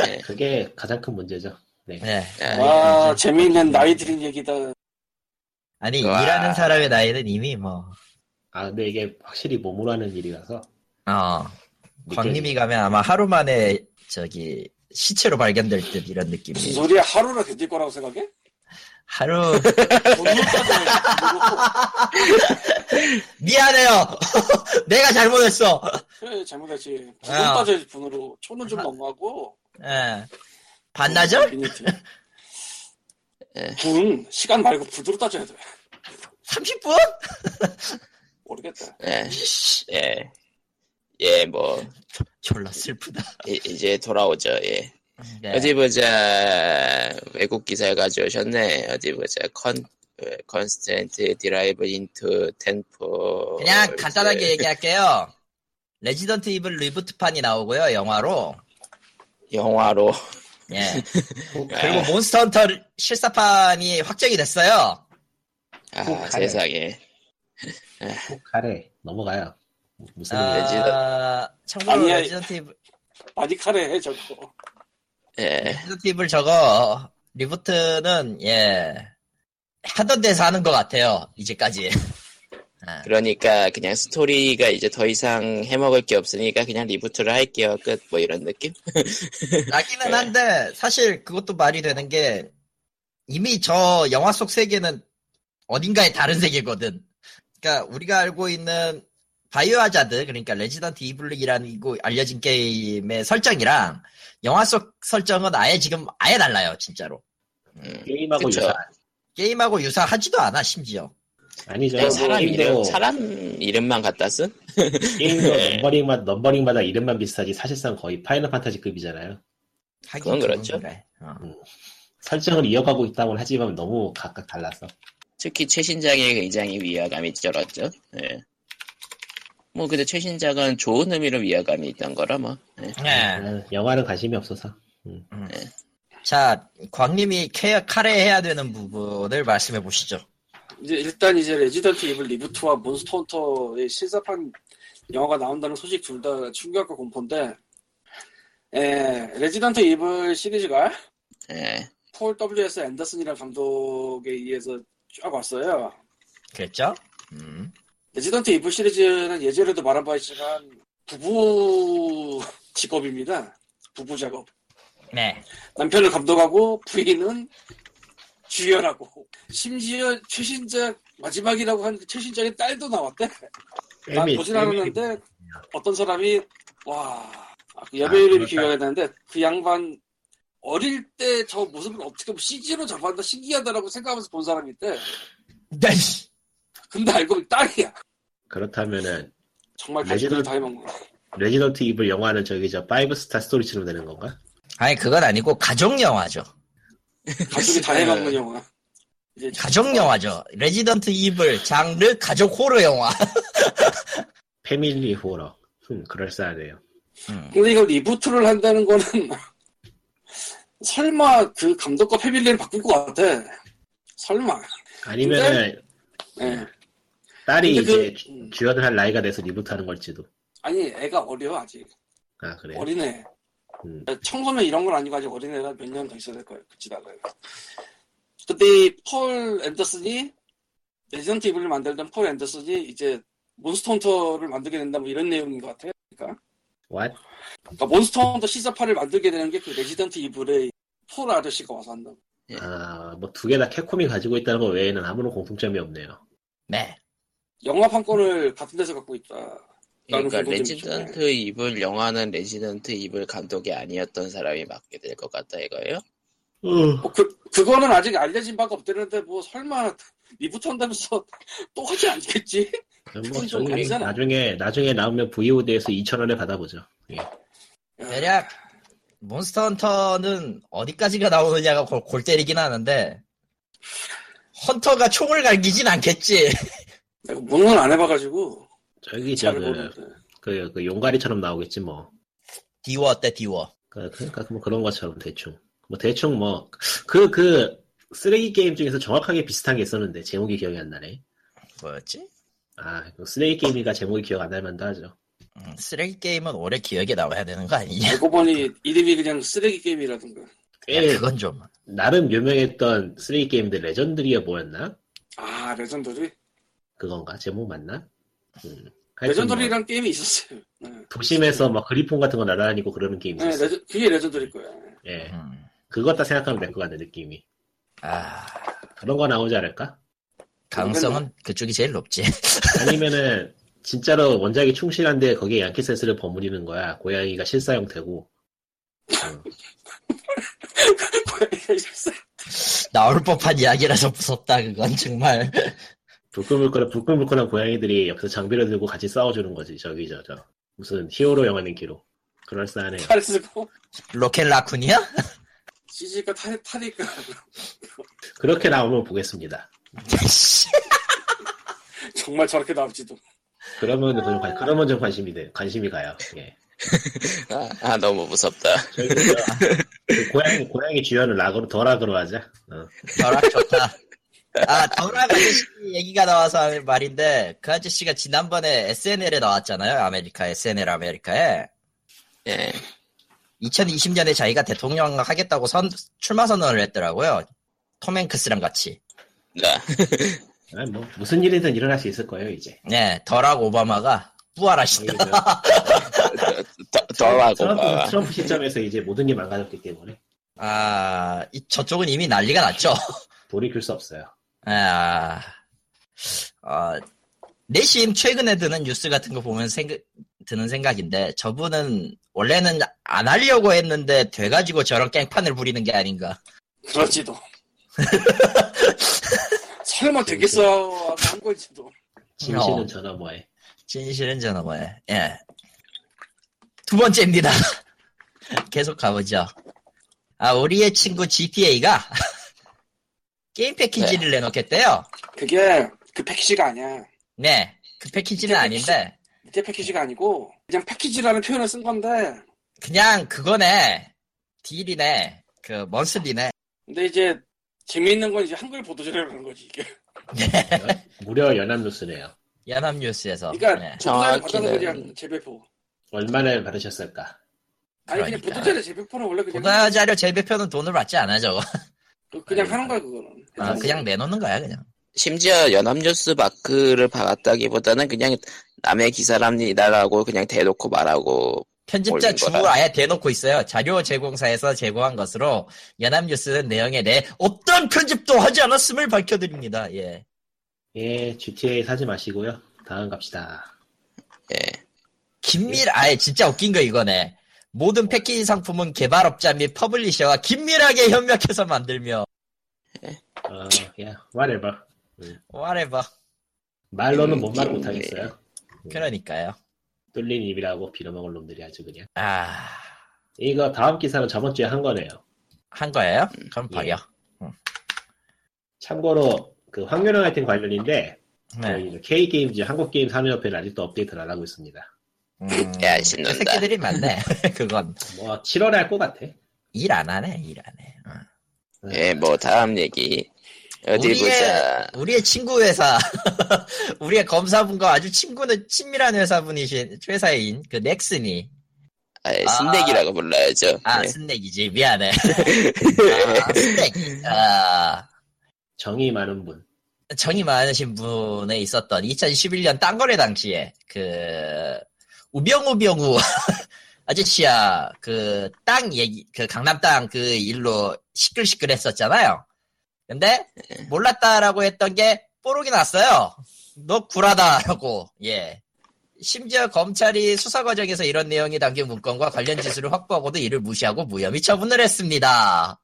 예. 그게 가장 큰 문제죠. 네. 네. 예. 와 재미있는 나이 들인 얘기다. 아니 와. 일하는 사람의 나이는 이미 뭐 아 근데 이게 확실히 몸으로 하는 일이라서 어, 느껴지죠. 광림이 가면 아마 하루 만에 저기 시체로 발견될 듯 이런 느낌이 무슨 소리야 하루를 견딜 거라고 생각해? 하루 돈을 따져. 미안해요 내가 잘못했어 그래 예, 잘못했지. 돈 아. 따져야지 분으로 천원 좀 넘어가고. 예. 반나절? 비니티. 예. 분 시간 말고 분으로 따져야 돼. 30분? 모르겠다. 예. 예. 예, 뭐, 졸라 슬프다 이, 이제 돌아오죠, 예. 네. 어디 보자, 외국 기사를 가져오셨네. 어디 보자, 컨, 컨스턴트 드라이브 인투 템포. 뭐 그냥 간단하게 얘기할게요 레지던트 이블 리부트판이 나오고요 영화로 영화로. 예. 네. 아. 그리고 몬스터 헌터 실사판이 확정이 됐어요. 아, 북한에. 세상에. 카레 넘어가요. 무슨 아, 일이지? 참고로 아니야. 레지던트 이블, 바디카레 해 저거. 예. 레지던트 이블 저거 리부트는 예 하던 데서 하는 것 같아요. 이제까지. 그러니까 그냥 스토리가 이제 더 이상 해먹을 게 없으니까 그냥 리부트를 할게요. 끝. 뭐 이런 느낌? 나기는 네. 한데 사실 그것도 말이 되는 게 이미 저 영화 속 세계는 어딘가의 다른 세계거든. 그러니까 우리가 알고 있는 바이오하자드 그러니까 레지던트 이블릭이라는 이고 알려진 게임의 설정이랑 영화 속 설정은 아예 지금 아예 달라요 진짜로 음. 게임하고 그쵸. 유사 게임하고 유사하지도 않아 심지어 아니죠. 그냥 사람 이름, 게임도 네, 뭐. 사람 이름만 갖다 쓴? 게임도 예. 넘버링마다 넘버링마다 이름만 비슷하지 사실상 거의 파이널 판타지급이잖아요. 하긴 그건 그렇죠. 그래. 어. 설정을 이어가고 있다고는 하지만 너무 각각 달라서 특히 최신작에 굉장히 위화감이 쩔었죠. 예. 뭐 근데 최신작은 좋은 의미로 위화감이 있던 거라 뭐. 예. 네. 나는 아, 영화는 관심이 아, 없어서 자 광님이 케어 카레해야 되는 부분을 말씀해 보시죠 이제 일단 이제 레지던트 이블 리부트와 몬스터 헌터의 실사판 영화가 나온다는 소식 둘 다 충격과 공포인데 에, 레지던트 이블 시리즈가 예. 폴 W.S. 앤더슨이라는 감독에 의해서 쫙 왔어요. 그랬죠? 음. 레지던트 이블 시리즈는 예전에도 말한 바 있지만 부부 직업입니다. 부부 작업. 네 남편을 감독하고 부인은 주연하고 심지어 최신작 마지막이라고 한그 최신작의 딸도 나왔대. 난 애미- 보진 애미- 않았는데 어떤 사람이 와 아, 그 여배 이름이 그렇다. 기억이 나는데 그 양반 어릴 때 저 모습을 어떻게 보면 CG로 잡았다 신기하다라고 생각하면서 본 사람이 있대. 네. 근데 알고 보면 딸이야. 그렇다면은 정말 레지던트- 가족을 다 해먹는 거야. 레지던트 이블 영화는 저기 저 파이브 스타 스토리처럼 되는 건가? 아니 그건 아니고 가족 영화죠. 가족이 네. 다 해먹는 영화. 이제 가족 영화죠. 레지던트 이블 장르 가족 호러 영화. 패밀리 호러. 흠, 그럴싸하네요. 근데 이거 리부트를 한다는 거는 설마 그 감독과 패밀리를 바꿀 것 같아. 설마. 아니면은 예. 딸이 근데 그- 이제 주- 주연을 할 나이가 돼서 리부트하는 걸지도. 아니 애가 어려 아직 아 그래. 요 어린애. 아, 음. 청소년 이런 건 아니고 아직 어린애가 몇 년 더 있어야 될 거예요. 그치 나가 근데 이 폴 앤더슨이 레지던트 이블을 만들던 폴 앤더슨이 이제 몬스터 헌터를 만들게 된다 뭐 이런 내용인 것 같아요. 그러니까, What? 그러니까 몬스터 헌터 시사판을 만들게 되는 게 그 레지던트 이블의 폴 아저씨가 와서 한다. 아뭐 두 개 다 캡콤이 가지고 있다는 것 외에는 아무런 공통점이 없네요. 네. 영화 판권을 같은 데서 갖고 있다. 그러니까 나는 궁금증이 좀 레지던트 이블 영화는 레지던트 이블 감독이 아니었던 사람이 맡게 될 것 같다 이거예요. 뭐 그, 그거는 아직 알려진 바가 없다는데 뭐 설마 리부트 한다면서 또 하지 않겠지? 뭐 그건 좀 저기 아니잖아. 나중에 나중에 나오면 VOD에서 2천 원에 받아보죠. 예. 대략 몬스터 헌터는 어디까지가 나오느냐가 골, 골 때리긴 하는데 헌터가 총을 갈기진 않겠지. 내가 문헌 안 해봐가지고 저기 잘 저그 모르는데. 그, 그 용가리처럼 나오겠지 뭐. 디워 어때 디워? 그- 그러니까 뭐 그런 것처럼 대충. 뭐 대충 뭐 그 그 쓰레기 게임 중에서 정확하게 비슷한 게 있었는데 제목이 기억이 안 나네. 뭐였지? 아 이거 쓰레기 게임이가 제목이 기억 안 날 만도 하죠. 음, 쓰레기 게임은 오래 기억에 남아야 되는 거 아니냐? 알고 보니 이름이 그냥 쓰레기 게임이라든가. 야, 꽤 아, 그건 좀. 나름 유명했던 쓰레기 게임들 레전드리가 뭐였나? 아 레전더리? 그건가 제목 맞나? 음. 하여튼 뭐 레전더리란 게임이 있었어요. 네, 도심에서 막 그리폰 같은 거 날아다니고 그러는 게임 네, 있었어. 레전, 그게 레전더리일 거야. 예, 음. 그것 다 생각하면 될 것 같네 느낌이. 아, 그런 거 나오지 않을까? 가능성은 그쪽이 제일 높지. 아니면은 진짜로 원작이 충실한데 거기에 양키 센스를 버무리는 거야. 고양이가 실사 형태고. 어. 나올 법한 이야기라서 무섭다, 그건 정말. 불끈불끈한 불끈불끈한 고양이들이 옆에서 장비를 들고 같이 싸워주는 거지 저기 저 저 무슨 히어로 영화 인기로 그럴싸하네 탈 쓰고 로켓 라쿤이야? CG가 타, 타니까 그렇게 나오면 보겠습니다 씨, 정말 저렇게 나올지도. 그러면 좀 관- 그러면 좀 관심이 돼 관심이 가요 예 아, 아, 너무 무섭다. 저기 저, 그 고양이 고양이 주연을 락으로 더 락으로 하자 어. 더락 좋다. 아, 더락 아저씨 얘기가 나와서 하는 말인데, 그 아저씨가 지난번에 SNL에 나왔잖아요. 아메리카, SNL 아메리카에. 예. 2020년에 자기가 대통령 하겠다고 선, 출마 선언을 했더라고요. 톰 행크스랑 같이. 나. 아, 뭐 무슨 일이든 일어날 수 있을 거예요 이제 네, 더락 오바마가 저기 부활하신다. 저, 더- 더라고 트럼프, 봐. 트럼프 시점에서 이제 모든 게 망가졌기 때문에 아, 이- 저쪽은 이미 난리가 났죠. 돌이킬 수 없어요 아, 어, 내심 최근에 드는 뉴스 같은 거 보면 생각, 드는 생각인데, 저분은 원래는 안 하려고 했는데, 돼가지고 저런 깽판을 부리는 게 아닌가. 그럴지도. 설마 되겠어 하고 한 걸지도. 진실은 어. 전화 뭐해 진실은 저놈에 예. 두 번째입니다. 계속 가보죠. 아, 우리의 친구 GTA가 게임 패키지를 내놓겠대요. 그게 그 패키지가 아니야. 네. 그 패키지는 아닌데, 밑에 패키지가 아니고 그냥 패키지라는 표현을 쓴 건데 그냥 그거네. 딜이네. 그, 먼슬리네. 근데 이제 재미있는 건 이제 한글 보도자료라는 거지 이게. 무려 연합뉴스네요 어, 연합뉴스에서. 그러니까 네. 보도자료 정확히는- 받아서 그냥 재배포. 얼마나 받으셨을까 아니 그냥 그러니까. 보도자료 재배포는 원래 그냥 보도자료 재배표는 돈을 받지 않아, 저거. 그- 그냥 하는 거야 그거는. 아, 그냥 내놓는 거야, 그냥. 심지어 연합뉴스 마크를 박았다기보다는 그냥 남의 기사랍니다라고 그냥 대놓고 말하고 편집자 올린 거라. 주를 아예 대놓고 있어요. 자료 제공사에서 제공한 것으로 연합뉴스는 내용에 대해 어떤 편집도 하지 않았음을 밝혀드립니다. 예. 예, GTA 사지 마시고요. 다음 갑시다. 예. 긴밀, 아예 진짜 웃긴 거 이거네. 모든 패키지 상품은 개발업자 및 퍼블리셔와 긴밀하게 협력해서 만들며 어, 야, whatever. whatever. 말로는 음, 뭔 말 음, 못하겠어요. 그러니까요. 뚫린 입이라고 빌어먹을 놈들이 아주 그냥. 아, 이거 다음 기사는 저번 주에 한 거네요. 한 거예요? 그럼 버려. 참고로 그 황교안 화이팅 관련인데 네. K 게임즈 한국 게임 산업협회는 아직도 업데이트를 안 하고 있습니다. 음, 야, 신난다. 새끼들이 많네. 그건 뭐 7월에 할 것 같아. 일 안 하네, 일 안 해. 어. 예, 뭐 다음 얘기. 어디 우리의- 보자. 우리의 친구 회사, 우리의 검사분과 아주 친구는 친밀한 회사분이신 회사인 그 넥슨이 아, 신내기라고 불러야죠. 아 예. 스낵이지 미안해 네. 아, 스낵 아 정이 많은 분. 정이 많으신 분에 있었던 2011년 딴거래 당시에 그 우병우병우 아저씨야 그 땅 얘기 그 강남 땅 그 일로 시끌시끌했었잖아요. 근데 몰랐다라고 했던 게 뽀록이 났어요. 너 굴하다라고 예. 심지어 검찰이 수사 과정에서 이런 내용이 담긴 문건과 관련 지수를 확보하고도 이를 무시하고 무혐의 처분을 했습니다.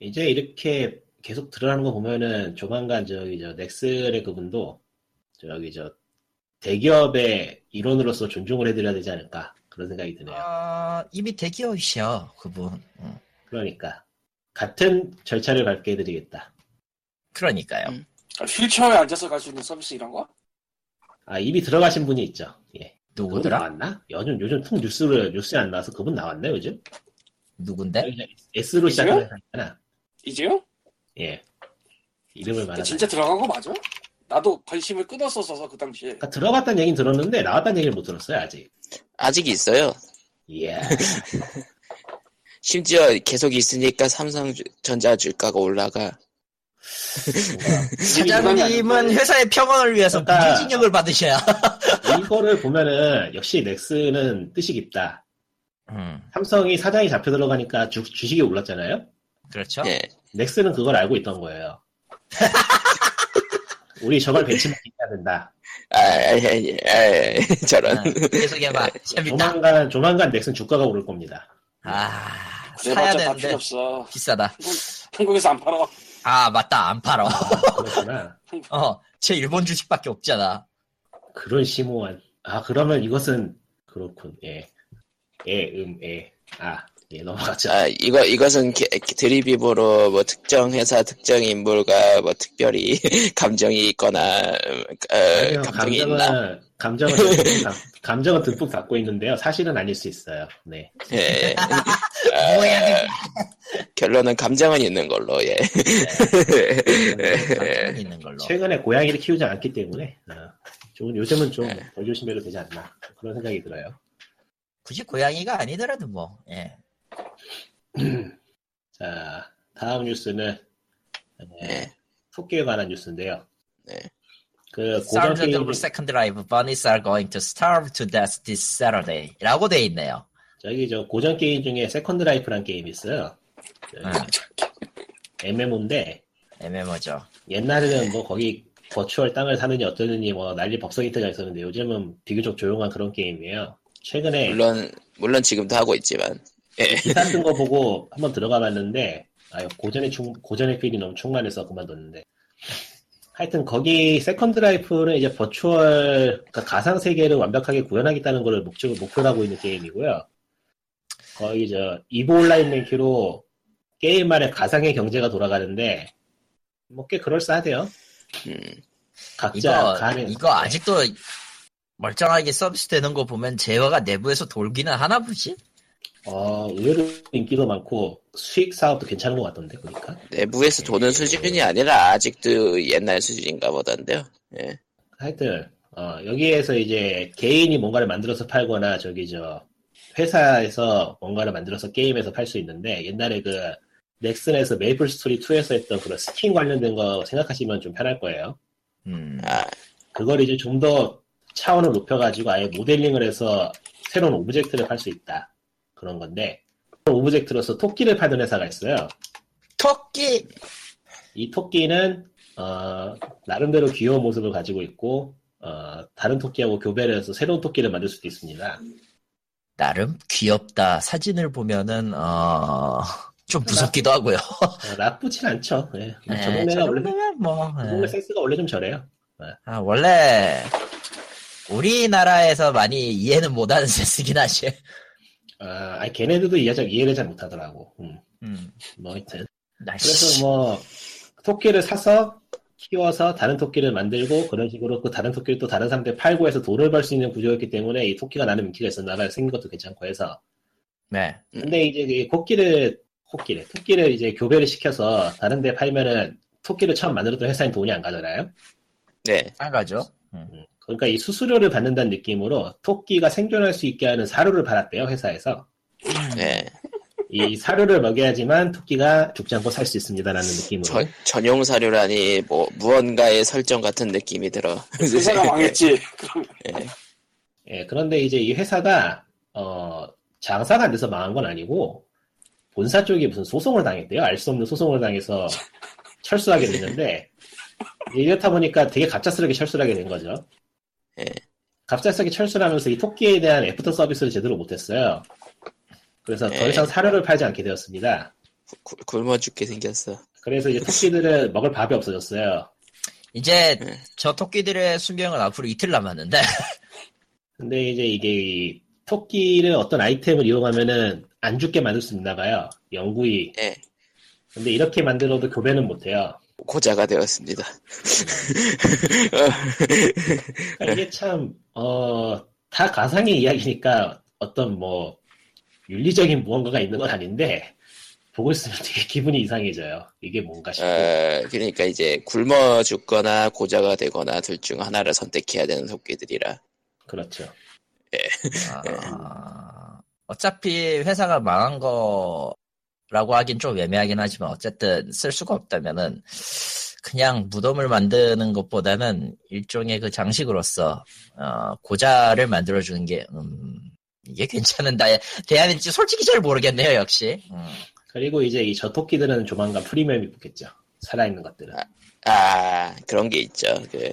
이제 이렇게 계속 드러나는 거 보면은 조만간 저기 저 넥슬의 그분도 저기 저 대기업의 일원으로서 존중을 해드려야 되지 않을까 그런 생각이 드네요. 아, 이미 대기업이셔 그분. 음. 그러니까 같은 절차를 밟게 해드리겠다. 그러니까요. 음. 아, 휠체어에 앉아서 갈 수 있는 서비스 이런 거? 아 이미 들어가신 분이 있죠. 예. 그분 누구더라? 나왔나? 요즘 요즘 통 뉴스를 뉴스에 안 나와서 그분 나왔나요 요즘? 누군데? S로 이제요? 시작하는 회사잖아. 이제요? 예. 그 이름을 말하자. 진짜 들어간 거 맞아? 나도 관심을 끊었었어서 그 당시에 그러니까 들어갔다는 얘기는 들었는데 나왔다는 얘기를 못 들었어요 아직. 아직 있어요. 예. 심지어 계속 있으니까 삼성전자 주가가 올라가. 그 뭐, 아, 사장님은 회사의 평화를 위해서 그러니까- 무기징역을 받으셔야. 이거를 보면은 역시 넥슨은 뜻이 깊다. 음, 삼성이 사장이 잡혀 들어가니까 주, 주식이 올랐잖아요. 그렇죠. 예. 넥슨은 그걸 알고 있던 거예요. 우리 저걸 벤치마킹 해야 된다. 아, 아, 예, 예, 아, 예. 저런. 아, 계속해봐. 재밌다. 조만간 조만간 넥슨 주가가 오를 겁니다. 아, 사야 그래봤자 다 필요 되는데 없어 비싸다. 한국에서 안 팔아 아, 맞다. 안 팔아. 아, 그렇구나. 어, 제 일본 주식밖에 없잖아. 그런 심오한. 아 그러면 이것은 그렇군. 예. 예, 음, 예. 아, 예 넘어가자. 자, 이거, 이것은 게- 드립입으로 뭐 특정 회사, 특정 인물과 뭐 특별히 감정이 있거나, 음, 어, 아니요, 감정이 있나? 감정은 감정은 듬뿍 담- 감정은 듬뿍 담고 있는데요. 사실은 아닐 수 있어요. 네. 예. 뭐야, 그게. 결론은 감정은 있는 걸로, 예. 감정은 있는 걸로. 어. 최근에 고양이를 키우지 않기 때문에 어, 좀 요즘은 좀 덜 조심해도 되지 않나 그런 생각이 들어요. 굳이 고양이가 아니더라도 뭐, 예. 자 다음 뉴스는 예. 토끼에 관한 뉴스인데요. 네. 그 고전 Sergeant 게임 of Second Life bunnies are going to starve to death this Saturday. 라고 돼 있네요. 저기 저 고전 게임 중에 세컨드 라이프란 게임이 있어요. 아, MMO인데 MMO죠. 옛날에는 뭐 거기 버추얼 땅을 사느니 어쩌느니 뭐 난리 법석이트가 있었는데 요즘은 비교적 조용한 그런 게임이에요. 최근에 물론, 물론 지금도 하고 있지만. 기사 쓴 거 보고 한번 들어가 봤는데 아유, 고전의 충, 고전의 필이 너무 충만해서 그만뒀는데 하여튼 거기 세컨드 라이프는 이제 버추얼 그러니까 가상 세계를 완벽하게 구현하겠다는 걸 목적을 목표로 하고 있는 게임이고요. 거기 저 이보 온라인 랭키로 게임 안에 가상의 경제가 돌아가는데 뭐 꽤 그럴싸하대요. 음, 각자 이거, 간에 이거 아직도 멀쩡하게 서비스 되는 거 보면 제어가 내부에서 돌기는 하나 보지? 어, 의외로 인기도 많고 수익 사업도 괜찮은 것 같던데 그러니까 내부에서 도는 수준이 아니라 아직도 옛날 수준인가 보던데요. 예. 하여튼 어, 여기에서 이제 개인이 뭔가를 만들어서 팔거나 저기 저 회사에서 뭔가를 만들어서 게임에서 팔 수 있는데 옛날에 그 넥슨에서 메이플 스토리 2에서 했던 그런 스킨 관련된 거 생각하시면 좀 편할 거예요. 음. 아, 그걸 이제 좀 더 차원을 높여가지고 아예 모델링을 해서 새로운 오브젝트를 팔 수 있다 그런 건데 그런 오브젝트로서 토끼를 팔던 회사가 있어요. 토끼! 이 토끼는 어, 나름대로 귀여운 모습을 가지고 있고 어, 다른 토끼하고 교배를 해서 새로운 토끼를 만들 수도 있습니다. 나름 귀엽다. 사진을 보면은, 어, 좀 무섭기도 하고요. 어, 나쁘진 않죠. 예. 네, 저동네가 원래 정도면 뭐, 예. 저동네 센스가 원래 좀 저래요. 아, 원래, 우리나라에서 많이 이해는 못하는 세스긴 하지. 아, 아니, 걔네들도 이해 잘, 이해를 잘 못하더라고. 음, 음. 아, 뭐 하여튼 그래서 날씨. 뭐 토끼를 사서 키워서 다른 토끼를 만들고 그런 식으로 그 다른 토끼를 또 다른 사람들 팔고 해서 돈을 벌 수 있는 구조였기 때문에 이 토끼가 나는 인기가 있었나 봐요. 생긴 것도 괜찮고 해서 네. 근데 이제 그 코끼를 코끼를 토끼를 이제 교배를 시켜서 다른데 팔면은 토끼를 처음 만들었던 회사엔 돈이 안 가잖아요. 네. 안 가죠. 음. 그러니까 이 수수료를 받는다는 느낌으로 토끼가 생존할 수 있게 하는 사료를 받았대요 회사에서. 네. 이 사료를 먹여야지만 토끼가 죽지 않고 살 수 있습니다라는 느낌으로. 전, 전용 사료라니 뭐 무언가의 설정 같은 느낌이 들어. 그 회사가 네. 망했지 그럼 예, 그런데 이제 이 회사가 어, 장사가 안 돼서 망한 건 아니고 본사 쪽이 무슨 소송을 당했대요. 알 수 없는 소송을 당해서 철수하게 됐는데 예, 이렇다 보니까 되게 갑작스럽게 철수하게 된 거죠. 예. 갑작스럽게 철수를 하면서 이 토끼에 대한 애프터 서비스를 제대로 못했어요. 그래서 더 예. 이상 사료를 팔지 않게 되었습니다. 굶- 굶어 죽게 생겼어. 그래서 이제 토끼들은 먹을 밥이 없어졌어요. 이제 네. 저 토끼들의 수명은 앞으로 이틀 남았는데 근데 이제 이게 이 토끼를 어떤 아이템을 이용하면은 안 죽게 만들 수 있나 봐요. 영구히 예. 근데 이렇게 만들어도 교배는 못해요. 고자가 되었습니다. 네. 그러니까 이게 참, 어, 다 가상의 이야기니까 어떤 뭐, 윤리적인 무언가가 있는 건 아닌데 보고 있으면 되게 기분이 이상해져요. 이게 뭔가 싶고 네. 어, 그러니까 이제 굶어 죽거나 고자가 되거나 둘 중 하나를 선택해야 되는 속기들이라. 그렇죠. 아, 어차피 회사가 망한 거라고 하긴 좀 애매하긴 하지만 어쨌든 쓸 수가 없다면은 그냥 무덤을 만드는 것보다는 일종의 그 장식으로서 어, 고자를 만들어 주는 게 음, 이게 괜찮은 나 대안인지 솔직히 잘 모르겠네요 역시. 음. 그리고 이제 이 저 토끼들은 조만간 프리미엄이 붙겠죠. 살아있는 것들은. 아 그런 게 있죠. 그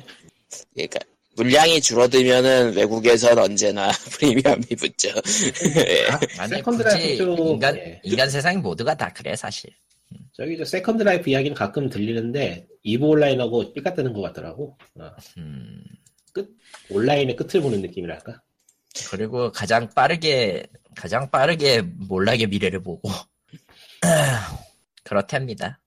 그러니까 물량이 줄어들면은 외국에선 언제나 프리미엄이 붙죠. 예. 아니 세컨드 굳이 라이프 쪽 인간 예. 인간 세상 모두가 다 그래 사실. 저기 저 세컨드 라이프 이야기는 가끔 들리는데 이브 온라인하고 똑같다는 것 같더라고. 어, 음. 온라인의 끝을 보는 느낌이랄까. 그리고 가장 빠르게 가장 빠르게 몰락의 미래를 보고 그렇답니다.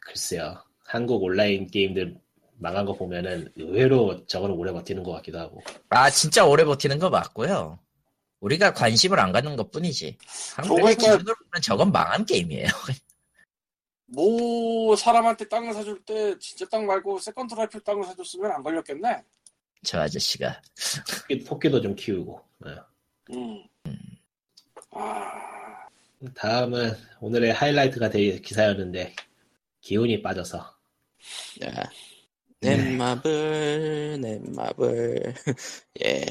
글쎄요. 한국 온라인 게임들 망한 거 보면은 의외로 저거는 오래 버티는 것 같기도 하고. 아 진짜 오래 버티는 거 맞고요. 우리가 관심을 안 갖는 것 뿐이지. 한국의 그러니까 저거가- 기준으로 보면 저건 망한 게임이에요. 뭐 사람한테 땅을 사줄 때 진짜 땅 말고 세컨드 라이프 땅을 사줬으면 안 걸렸겠네. 저 아저씨가 토끼- 토끼도 좀 키우고. 어. 음. 아 다음은 오늘의 하이라이트가 될 기사였는데 기운이 빠져서 자, 네. 넷마블, 넷마블, 예.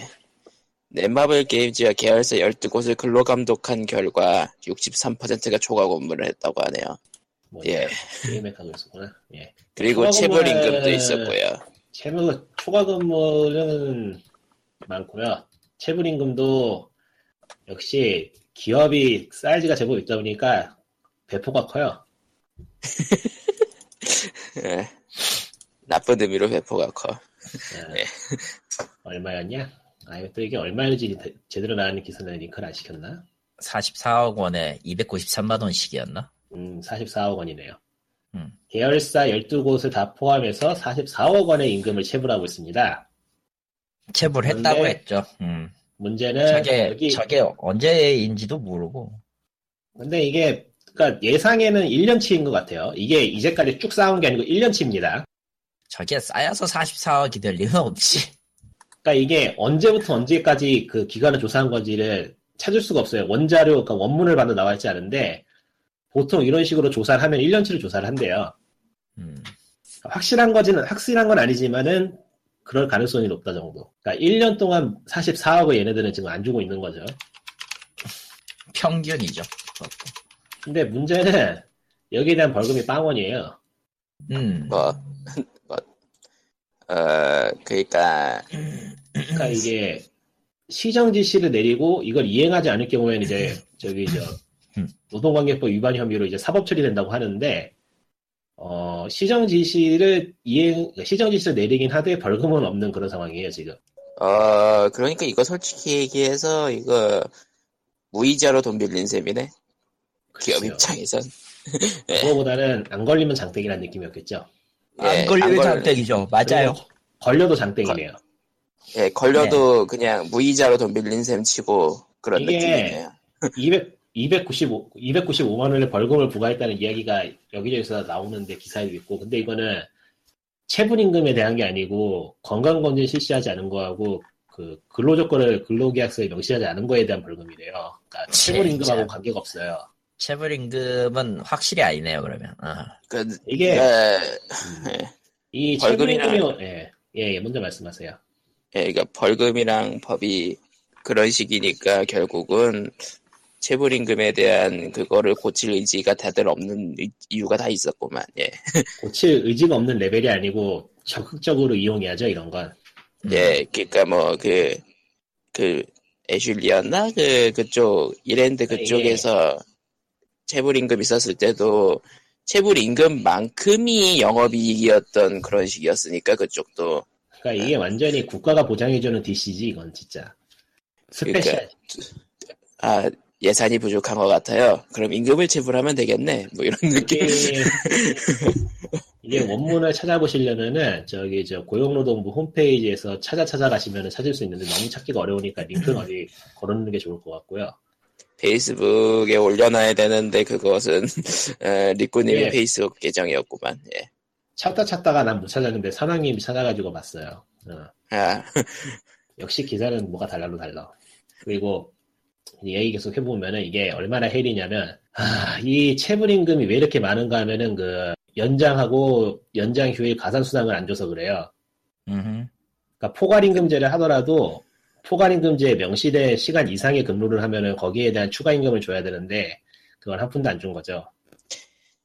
넷마블 게임즈가 계열사 12곳을 근로 감독한 결과 63%가 초과 근무를 했다고 하네요. 뭐 예. 게임에 가고 있었구나. 예. 그리고 초과 체불 근무는- 임금도 있었고요. 채무 초과 근무는 많고요. 체불 임금도 역시 기업이 사이즈가 제법 있다 보니까 배포가 커요. 예. 나쁜 의미로 배포가 커. 네. 예. 얼마였냐? 아, 이거 또 이게 얼마였는지 대- 제대로 나가는 기사는 링크를 안 시켰나? 44억 원에 293만 원씩이었나? 음, 44억 원이네요. 음. 계열사 12곳을 다 포함해서 44억 원의 임금을 체불하고 있습니다. 체불했다고 근데- 했죠. 음. 문제는 저게 여기- 저게 언제인지도 모르고 근데 이게 그러니까 예상에는 1년치인 것 같아요. 이게 이제까지 쭉 쌓아온 게 아니고 1년치입니다. 저게 쌓여서 44억이 될 리는 없지. 그러니까 이게 언제부터 언제까지 그 기간을 조사한 건지를 찾을 수가 없어요. 원자료, 그러니까 원문을 봐도 나와 있지 않은데 보통 이런 식으로 조사를 하면 1년치를 조사를 한대요. 음. 확실한 거지는 확실한 건 아니지만은 그럴 가능성이 높다 정도. 그러니까 1년 동안 44억을 얘네들은 지금 안 주고 있는 거죠. 평균이죠. 그것도. 근데 문제는 여기에 대한 벌금이 빵 원이에요. 음. 뭐, 뭐, 어, 그니까, 그러니까 음. 이게 시정 지시를 내리고 이걸 이행하지 않을 경우에는 이제 저기 저 음. 노동관계법 위반 혐의로 이제 사법 처리된다고 하는데 어 시정 지시를 이행 그러니까 시정 지시를 내리긴 하되 벌금은 없는 그런 상황이에요 지금. 어, 그러니까 이거 솔직히 얘기해서 이거 무이자로 돈 빌린 셈이네. 기업 글쎄요. 입장에선. 예. 그거보다는 안 걸리면 장땡이라는 느낌이었겠죠. 예, 안 걸리는 걸- 장땡이죠. 맞아요. 그리고 걸려도 장땡이네요. 예, 걸려도 그냥 무이자로 돈 빌린 셈 치고 그런 네. 이게- 느낌이네요. 200 295 295만 원의 벌금을 부과했다는 이야기가 여기저기서 나오는데 기사에도 있고 근데 이거는 체불 임금에 대한 게 아니고 건강검진 실시하지 않은 거하고 그 근로조건을 근로계약서에 명시하지 않은 거에 대한 네, 벌금이래요. 그러니까 체불 임금하고 진짜. 관계가 없어요. 체불 임금은 확실히 아니네요. 그러면. 아. 그, 이게 예, 이 체불 벌금이나- 임금이 예, 예, 예, 먼저 말씀하세요. 예, 그러니까 벌금이랑 법이 그런 식이니까 결국은 체불 임금에 대한 그거를 고칠 의지가 다들 없는 이- 이유가 다 있었구만. 예, 고칠 의지가 없는 레벨이 아니고 적극적으로 이용해야죠 이런 건. 음. 예, 그러니까 뭐 그 그 애슐리였나 그 그쪽 이랜드 그쪽에서 체불 임금 있었을 때도 체불 임금만큼이 영업이익이었던 그런 식이었으니까 그쪽도 그러니까 네. 이게 완전히 국가가 보장해주는 DC지 이건 진짜. 그러니까 스페셜 아 예산이 부족한 것 같아요. 그럼 임금을 체불하면 되겠네. 뭐 이런 느낌. 이게, 이게 원문을 찾아보시려면은 저기 저 고용노동부 홈페이지에서 찾아 찾아가시면은 찾을 수 있는데 너무 찾기가 어려우니까 링크는 어디 걸어놓는 게 좋을 것 같고요. 페이스북에 올려놔야 되는데 그것은 어, 리꾸님이 예. 페이스북 계정이었구만. 예. 찾다 찾다가 난 못 찾았는데 사장님이 찾아가지고 봤어요. 어. 아, 역시 기사는 뭐가 달라로 달라. 그리고 이 얘기 계속 해보면은 이게 얼마나 헬이냐면 아, 이 체불 임금이 왜 이렇게 많은가 하면은 그 연장하고 연장 휴일 가산 수당을 안 줘서 그래요. 음흠. 그러니까 포괄 임금제를 하더라도 포괄 임금제에 명시된 시간 이상의 근무를 하면은 거기에 대한 추가 임금을 줘야 되는데 그걸 한 푼도 안 준 거죠.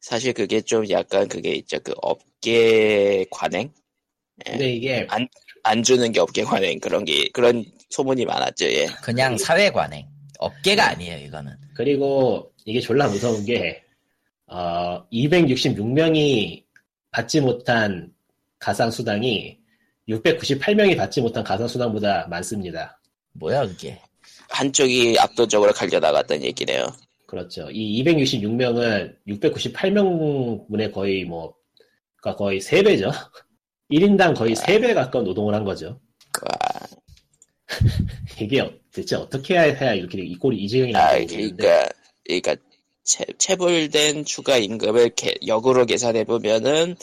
사실 그게 좀 약간 그게 있죠. 그 업계 관행 근데 이게 안 주는 게 업계 관행 그런 게 그런 소문이 많았죠. 예. 그냥 사회 관행. 업계가 아니에요, 이거는. 그리고 이게 졸라 무서운 게, 어, 266명이 받지 못한 가상수당이 698명이 받지 못한 가상수당보다 많습니다. 뭐야, 그게. 한쪽이 압도적으로 갈려 나갔던 얘기네요. 그렇죠. 이 266명은 698명분의 거의 뭐, 그러니까 거의 3배죠. 1인당 거의 3배 가까운 노동을 한 거죠. 와, 이게 어- 대체 어떻게 해야, 해야 이렇게 이 꼴이 이 지경이 아, 나는지 모르겠는데. 그러니까 그러니까 채, 체불된 추가 임금을 개- 역으로 계산해 보면은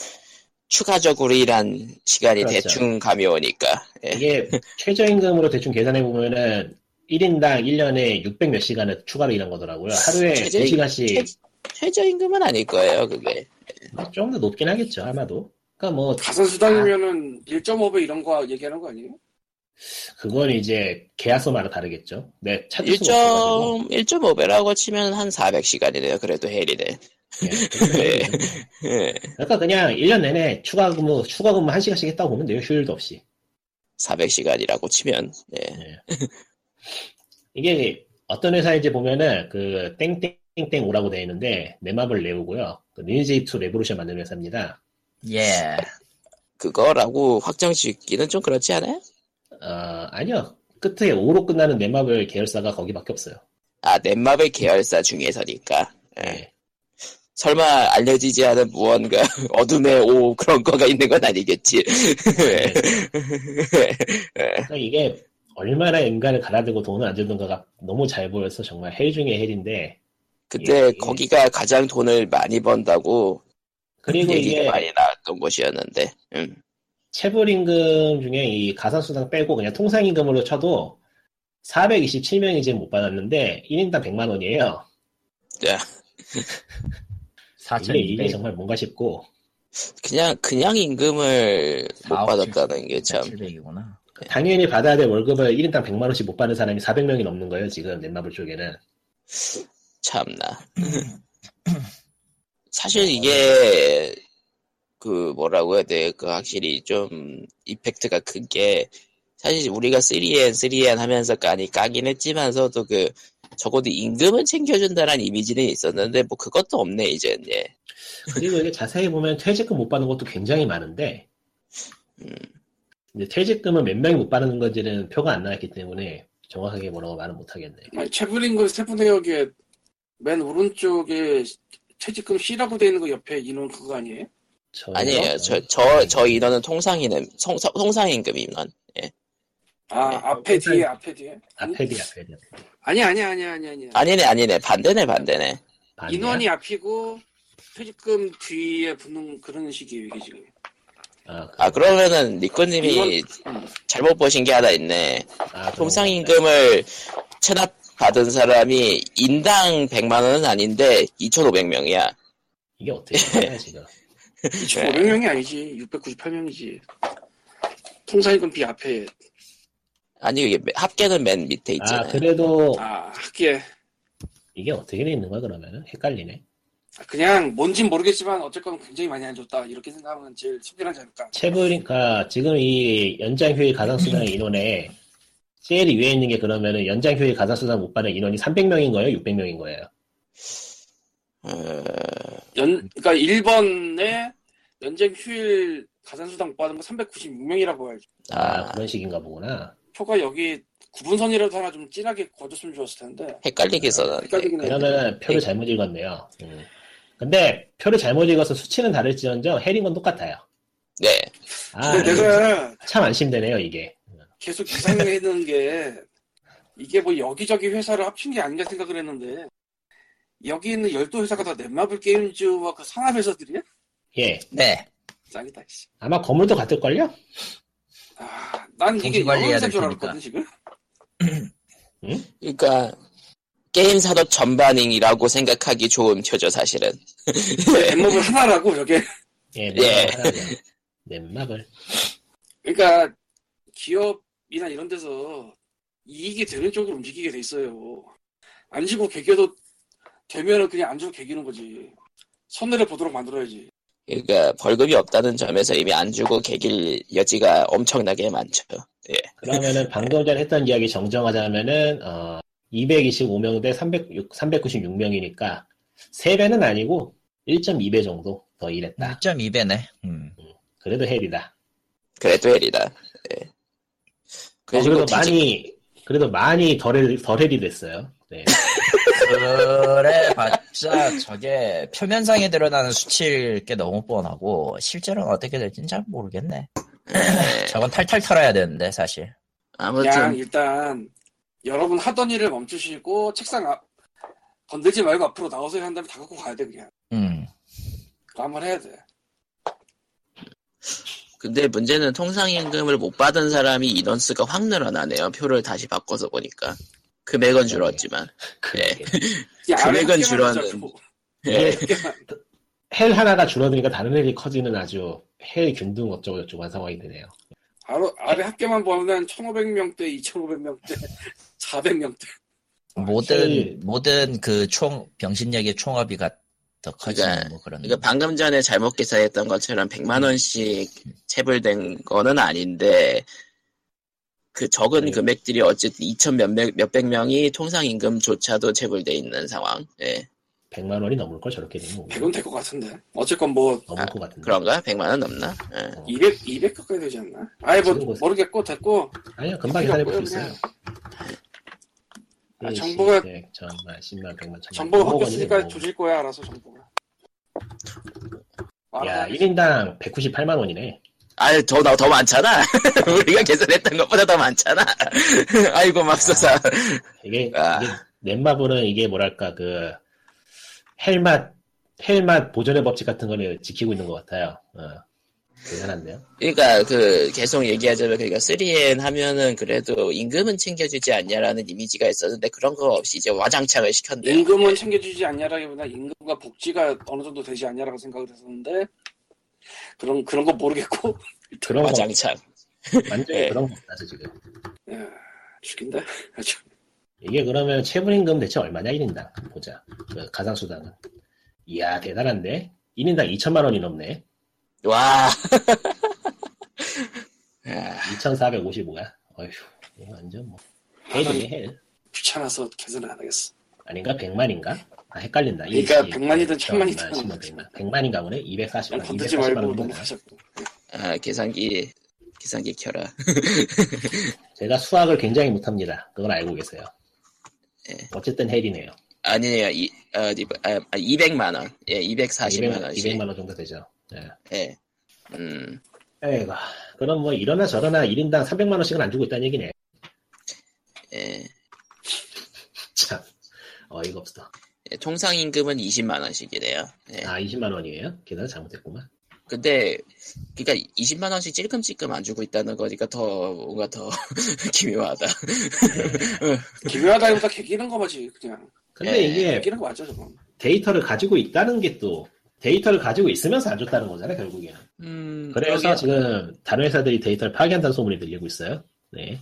추가적으로 일한 시간이 그렇죠. 대충 감이 오니까. 예. 이게 최저임금으로 대충 계산해보면은 1인당 1년에 600 몇 시간을 추가로 일한 거더라고요. 하루에 최저- 4시간씩 최- 최저임금은 아닐 거예요, 그게. 어, 좀 더 높긴 하겠죠, 아마도. 그러니까 뭐 가산 수당이면은 1.5배 이런 거 얘기하는 거 아니에요? 그건 이제 계약서마다 다르겠죠. 네, 찾을 수가 없어가지고. 1점, 1.5배라고 치면 한 400시간이네요. 그래도 헬이네. 예, 그렇게 생각해요. 예. 그러니까 그냥 1년 내내 추가 근무, 추가 근무 1시간씩 했다고 보면 돼요. 휴일도 없이. 400시간이라고 치면. 예. 이게 어떤 회사인지 보면은 그 땡땡땡 오라고 되어 있는데 넷마블 레오고요. 그 리니지2 레보루션 만드는 회사입니다. 예. 그거라고 확정 짓기는 좀 그렇지 않아요? 어, 아니요. 끝에 5로 끝나는 넷마블 계열사가 거기밖에 없어요. 아, 넷마블 계열사 중에서니까. 예. 예. 설마 알려지지 않은 무언가 어둠의 오 그런 거가 있는 건 아니겠지. 예. 그러니까 이게 얼마나 인간을 갈아들고 돈을 안 주는가가 너무 잘 보여서 정말 헬 중에 헬인데 그때 예. 거기가 가장 돈을 많이 번다고 그리고 얘기가 이게 많이 나왔던 곳이었는데. 음. 체불 임금 중에 이 가산수당 빼고 그냥 통상 임금으로 쳐도 427명이 지금 못 받았는데 1인당 100만 원이에요. 야, 아, 이게, 이게 4,200. 정말 뭔가 싶고 그냥 그냥 임금을 못 아, 받았다는 게 참. 700이구나. 당연히 받아야 될 월급을 1인당 100만 원씩 못 받는 사람이 400명이 넘는 거예요 지금 넷마블 쪽에는. 참나. 사실 이게 그 뭐라고 해야 돼? 그 확실히 좀 이펙트가 큰 게 사실 우리가 3N 3N 하면서 까니 까긴 했지만서도 그 적어도 임금은 챙겨준다라는 이미지는 있었는데 뭐 그것도 없네 이제 예. 그리고 이게 자세히 보면 퇴직금 못 받는 것도 굉장히 많은데 음. 이제 퇴직금은 몇 명이 못 받는 건지는 표가 안 나왔기 때문에 정확하게 뭐라고 말은 못 하겠네요. 아니, 채블링거 세분해역에 맨 오른쪽에 퇴직금 C라고 돼 있는 거 옆에 인원 그거 아니에요? 전혀 아니에요 네. 저 어떤- 저 저 인원은 통상인은 통- 통상임금 인원 아 네. 앞에 뒤에 앞에 뒤에 아니, 앞에 뒤 앞에 뒤. 앞에 뒤. 아니 아니 아니 아니 아니 아니네 아니네 반대네 반대네 반이야? 인원이 앞이고 퇴직금 뒤에 붙는 그런 식이에요 이게 지금 아, 그- 아 그러면은 니꺼님이 음. 잘못 보신 게 하나 있네 아, 그런 건가요? 통상임금을 체납받은 사람이 인당 100만원은 아닌데 2,500명이야. 이게 어떻게 되나요 지금? 2,500명이 아니지 698명이지 통상이금 비 앞에 아니, 이게 맨- 합계는 맨 밑에 있잖아요. 아 그래도 아 학계 이게 어떻게 돼 있는 거야 그러면은 헷갈리네. 그냥 뭔진 모르겠지만 어쨌건 굉장히 많이 안 줬다 이렇게 생각하면 제일 속편하지 않을까 체불이니까 아, 지금 이 연장휴일 가산수당 인원에 CL이 위에 있는 게 그러면은 연장휴일 가산수당 못 받는 인원이 300명인 거예요, 600명인 거예요. 어, 연 그러니까 1번에 연쟁 휴일 가산수당 못 받은 거 396명이라고 해야지 아, 아, 그런 식인가 보구나. 표가 여기 구분선이라도 하나 좀 진하게 거줬으면 좋았을 텐데 헷갈리게 써놨네. 헷갈리긴 해. 그러면은 표를 잘못 읽었네요. 음. 근데 표를 잘못 읽어서 수치는 다를지언정 해린 건 똑같아요. 네. 아, 근데 내가 네. 참 안심되네요 이게. 계속 이상해는 게 이게 뭐 여기저기 회사를 합친 게 아닌가 생각을 했는데 여기 있는 열두 회사가 다 넷마블 게임즈와 그 상합 회사들이야? 예. 네. 짱이다. 씨. 아마 건물도 같을걸요? 아, 난 이게 공시 관리해야 영어 회사인 줄 될 테니까. 알았거든 지금. 그러니까 게임 산업 전반이라고 생각하기 좋은 표죠 사실은. 넷마블 하나라고 저게. 예. 예. 넷마블. 그러니까 기업이나 이런 데서 이익이 되는 쪽으로 움직이게 돼 있어요. 안 지고 개겨도 되면은 그냥 안 지고 개기는 거지. 손해를 보도록 만들어야지. 그러니까 벌금이 없다는 점에서 이미 안 주고 개길 여지가 엄청나게 많죠. 그러면은 방금 전에 했던 이야기 정정하자면은 어, 225명 대 306, 396명이니까 3배는 아니고 1.2배 정도 더 일했다. 1.2배네. 음. 그래도 헬이다. 그래도 헬이다. 예. 어, 그래도 뭐 뒤집- 많이 그래도 많이 덜, 헬- 덜 헬이 됐어요. 네. 그래 봤자 저게 표면상에 드러나는 수치일 게 너무 뻔하고 실제로는 어떻게 될지는 잘 모르겠네. 예. 저건 탈탈 털어야 되는데 사실. 그냥 아무튼 일단 여러분 하던 일을 멈추시고 책상 앞 건들지 말고 앞으로 나오세요 한 다음에 다 갖고 가야 돼 그냥. 음. 그거 한번 해야 돼. 근데 문제는 통상임금을 못 받은 사람이 인원수가 확 늘어나네요. 표를 다시 바꿔서 보니까 금액은 줄었지만 예. 이 아래 금액은 합계만 줄어는- 하자고. 예. 합계만. 헬 하나가 줄어드니까 다른 헬이 커지는 아주 헬 균등 어쩌고 저쩌고 한 상황이 되네요. 아래, 아래 합계만 보면 1,500명대, 2,500명대, 400명대. 모든 제일- 모든 그 총 병신력의 총합이 같, 더 커지는 그러니까- 뭐 그런. 그러니까 방금 전에 잘못 기사했던 것처럼 100만 원씩 체불된 거는 아닌데 그 적은 네. 금액들이 어쨌든 2천 몇백 몇백 명이 통상 임금조차도 체불돼 있는 상황. 예. 100만 원이 넘을 걸 저렇게 되면 100은 될 것 같은데. 어쨌건 뭐 넘을 아, 것 같은데. 그런가? 100만 원 넘나? 예. 200, 200 가까이 되지 않나? 아예 뭐 지금 뭐- 모르겠고 됐고 아니요 금방 계산해 볼 수 있어요. 아, 일시, 정보가- 백, 천만, 십만, 백만, 천만. 정보가 오억 바뀌었으니까 원이네, 오억. 조질 거야 알아서 정보가. 뭐. 야, 알아서 1인당 198만 원이네. 아유 더더 더 많잖아. 우리가 계산했던 것보다 더 많잖아. 아이고 맙소사. 이게, 아. 이게 넷마블은 이게 뭐랄까 그 헬맛 헬맛 보존의 법칙 같은 거를 지키고 있는 것 같아요. 어. 대단한데요. 그러니까 그 계속 얘기하자면 그러니까 3N 하면은 그래도 임금은 챙겨주지 않냐라는 이미지가 있었는데 그런 거 없이 이제 와장창을 시켰네요. 임금은 챙겨주지 않냐라기보다 임금과 복지가 어느 정도 되지 않냐라고 생각을 했었는데 그런 그런 거 모르겠고 그런 거 와장창. 완전히 예. 그런 거 같아서 지금. 예, 죽인다. 아주. 이게 그러면 체불임금 대체 얼마냐 1인당 보자. 그 가상수당은. 이야 대단한데 1인당 2천만 원이 넘네. 와. 2,455야. 어휴 이거 완전 뭐 헬이네 헬. 귀찮아서 계산을 안 하겠어. 아닌가? 100만인가? 아, 헷갈린다. 그러니까 일시, 100만이든 백만, 1000만이든. 십만, 백만. 100만인가 보네? 240만. 그냥 건들지 말고 240만 원 넘어가자고. 아, 계산기, 계산기 켜라. 제가 수학을 굉장히 못합니다. 그건 알고 계세요. 예. 어쨌든 헬이네요. 아니에요, 이, 어, 리- 아, 200만원. 예, 240만원씩. 200, 만원 정도 되죠. 예. 예. 음, 에이구. 그럼 뭐 이러나 저러나 1인당 300만 원씩은 안 주고 있다는 얘기네. 예. 참. 어이가 없어. 예, 통상임금은 20만원씩이래요. 예. 아, 20만 원이에요? 계산 잘못했구만. 근데, 그니까 20만원씩 찔끔찔끔 안 주고 있다는 거니까 더, 뭔가 더 기묘하다. 기묘하다기보다 개기는 거 맞지 그냥. 근데 예. 이게 개기는 거 맞죠 저건. 데이터를 가지고 있다는 게 또, 데이터를 가지고 있으면서 안 줬다는 거잖아요, 결국에는. 음, 그래서 그러게요. 지금 다른 회사들이 데이터를 파괴한다는 소문이 들리고 있어요. 네.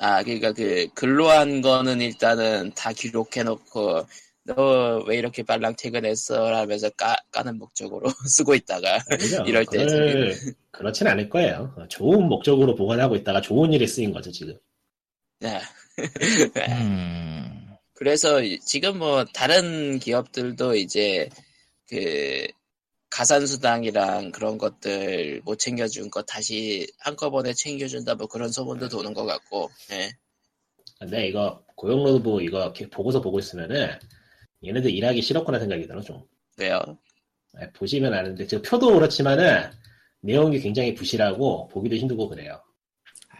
아, 그러니까 그 근로한 거는 일단은 다 기록해놓고 너 왜 이렇게 빨랑 퇴근했어? 라면서 까, 까는 목적으로 쓰고 있다가 아니죠. 이럴 때 그걸 그렇진 않을 거예요. 어, 좋은 목적으로 보관하고 있다가 좋은 일에 쓰인 거죠 지금. 네. 음. 그래서 이- 지금 뭐 다른 기업들도 이제 그 가산수당이랑 그런 것들 못 챙겨준 거 다시 한꺼번에 챙겨준다 뭐 그런 소문도 도는 것 같고 예. 근데 이거 고용노동부 이거 이렇게 보고서 보고 있으면은 얘네들 일하기 싫었구나 생각이 들어 좀. 왜요? 아, 보시면 아는데 지금 표도 그렇지만은 내용이 굉장히 부실하고 보기도 힘들고 그래요.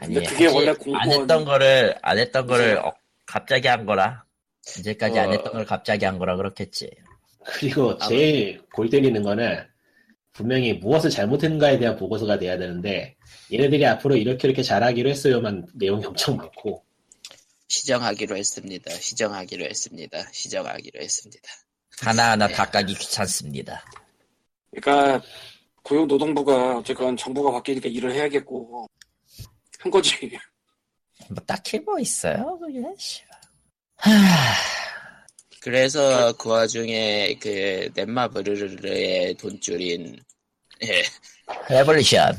아니 근데 그게 하지- 원래 안 공무원- 했던 거를 안 했던 거를 어, 갑자기 한 거라. 이제까지 안 어. 했던 걸 갑자기 한 거라 그렇겠지. 그리고 아, 제일 골 때리는 거는 분명히 무엇을 잘못했는가에 대한 보고서가 돼야 되는데 얘네들이 앞으로 이렇게 이렇게 잘하기로 했어요만 내용이 엄청 많고 시정하기로 했습니다. 시정하기로 했습니다. 시정하기로 했습니다. 하나하나 다 까기 귀찮습니다. 그러니까 고용노동부가 어쨌건 정부가 바뀌니까 일을 해야겠고 한 거지. 뭐 딱히 뭐 있어요? 그게 씨발. 그래서 그 와중에 그 넷마 브르르의 돈줄인 예, 레볼루션.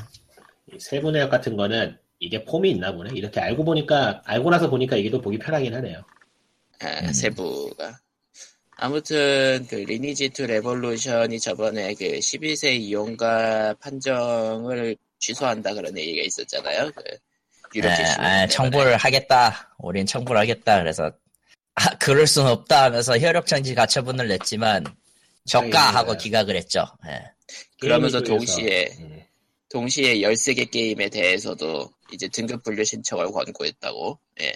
이세 분의 역 같은 거는 이게 폼이 있나 보네. 이렇게 알고 보니까 알고 나서 보니까 이게 더 보기 편하긴 하네요. 아, 음. 세부가 아무튼 그 리니지 2 레볼루션이 저번에 그 12세 이용가 판정을 취소한다 그런 얘기가 있었잖아요. 그 유력 에, 게시물 에, 때문에. 네, 아, 네. 청부를 하겠다. 우린 청부를 하겠다. 그래서 아, 그럴 순 없다 하면서 혈액정지 가처분을 냈지만 네. 저가 하고 기각을 했죠. 예. 그러면서 게임이 동시에 네. 음, 동시에 13개 게임에 대해서도 이제 등급 분류 신청을 권고했다고. 예.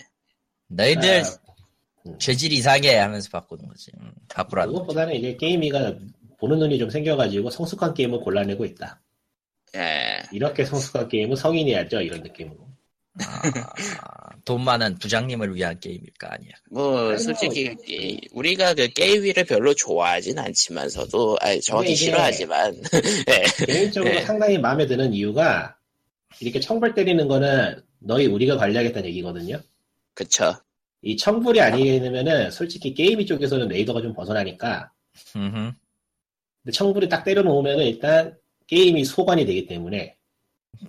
너희들 아, 죄질 이상해 하면서 바꾸는 거지. 음, 바꾸라는 거지. 아, 그것보다는 이제 게임이가 보는 눈이 좀 생겨가지고 성숙한 게임을 골라내고 있다. 예. 이렇게 성숙한 게임은 성인이 하죠 이런 느낌으로. 아, 돈 많은 부장님을 위한 게임일까 아니야. 뭐 아이고. 솔직히 이- 우리가 그 게임위를 별로 좋아하진 않지만서도 아니 정확히 네, 근데 이게- 싫어하지만 개인적으로 네. 상당히 마음에 드는 이유가 이렇게 청불 때리는 거는 너희 우리가 관리하겠다는 얘기거든요. 그쵸 이 청불이 아니면은 솔직히 게임이 쪽에서는 레이더가 좀 벗어나니까 음흠. 근데 청불이 딱 때려놓으면은 일단 게임이 소관이 되기 때문에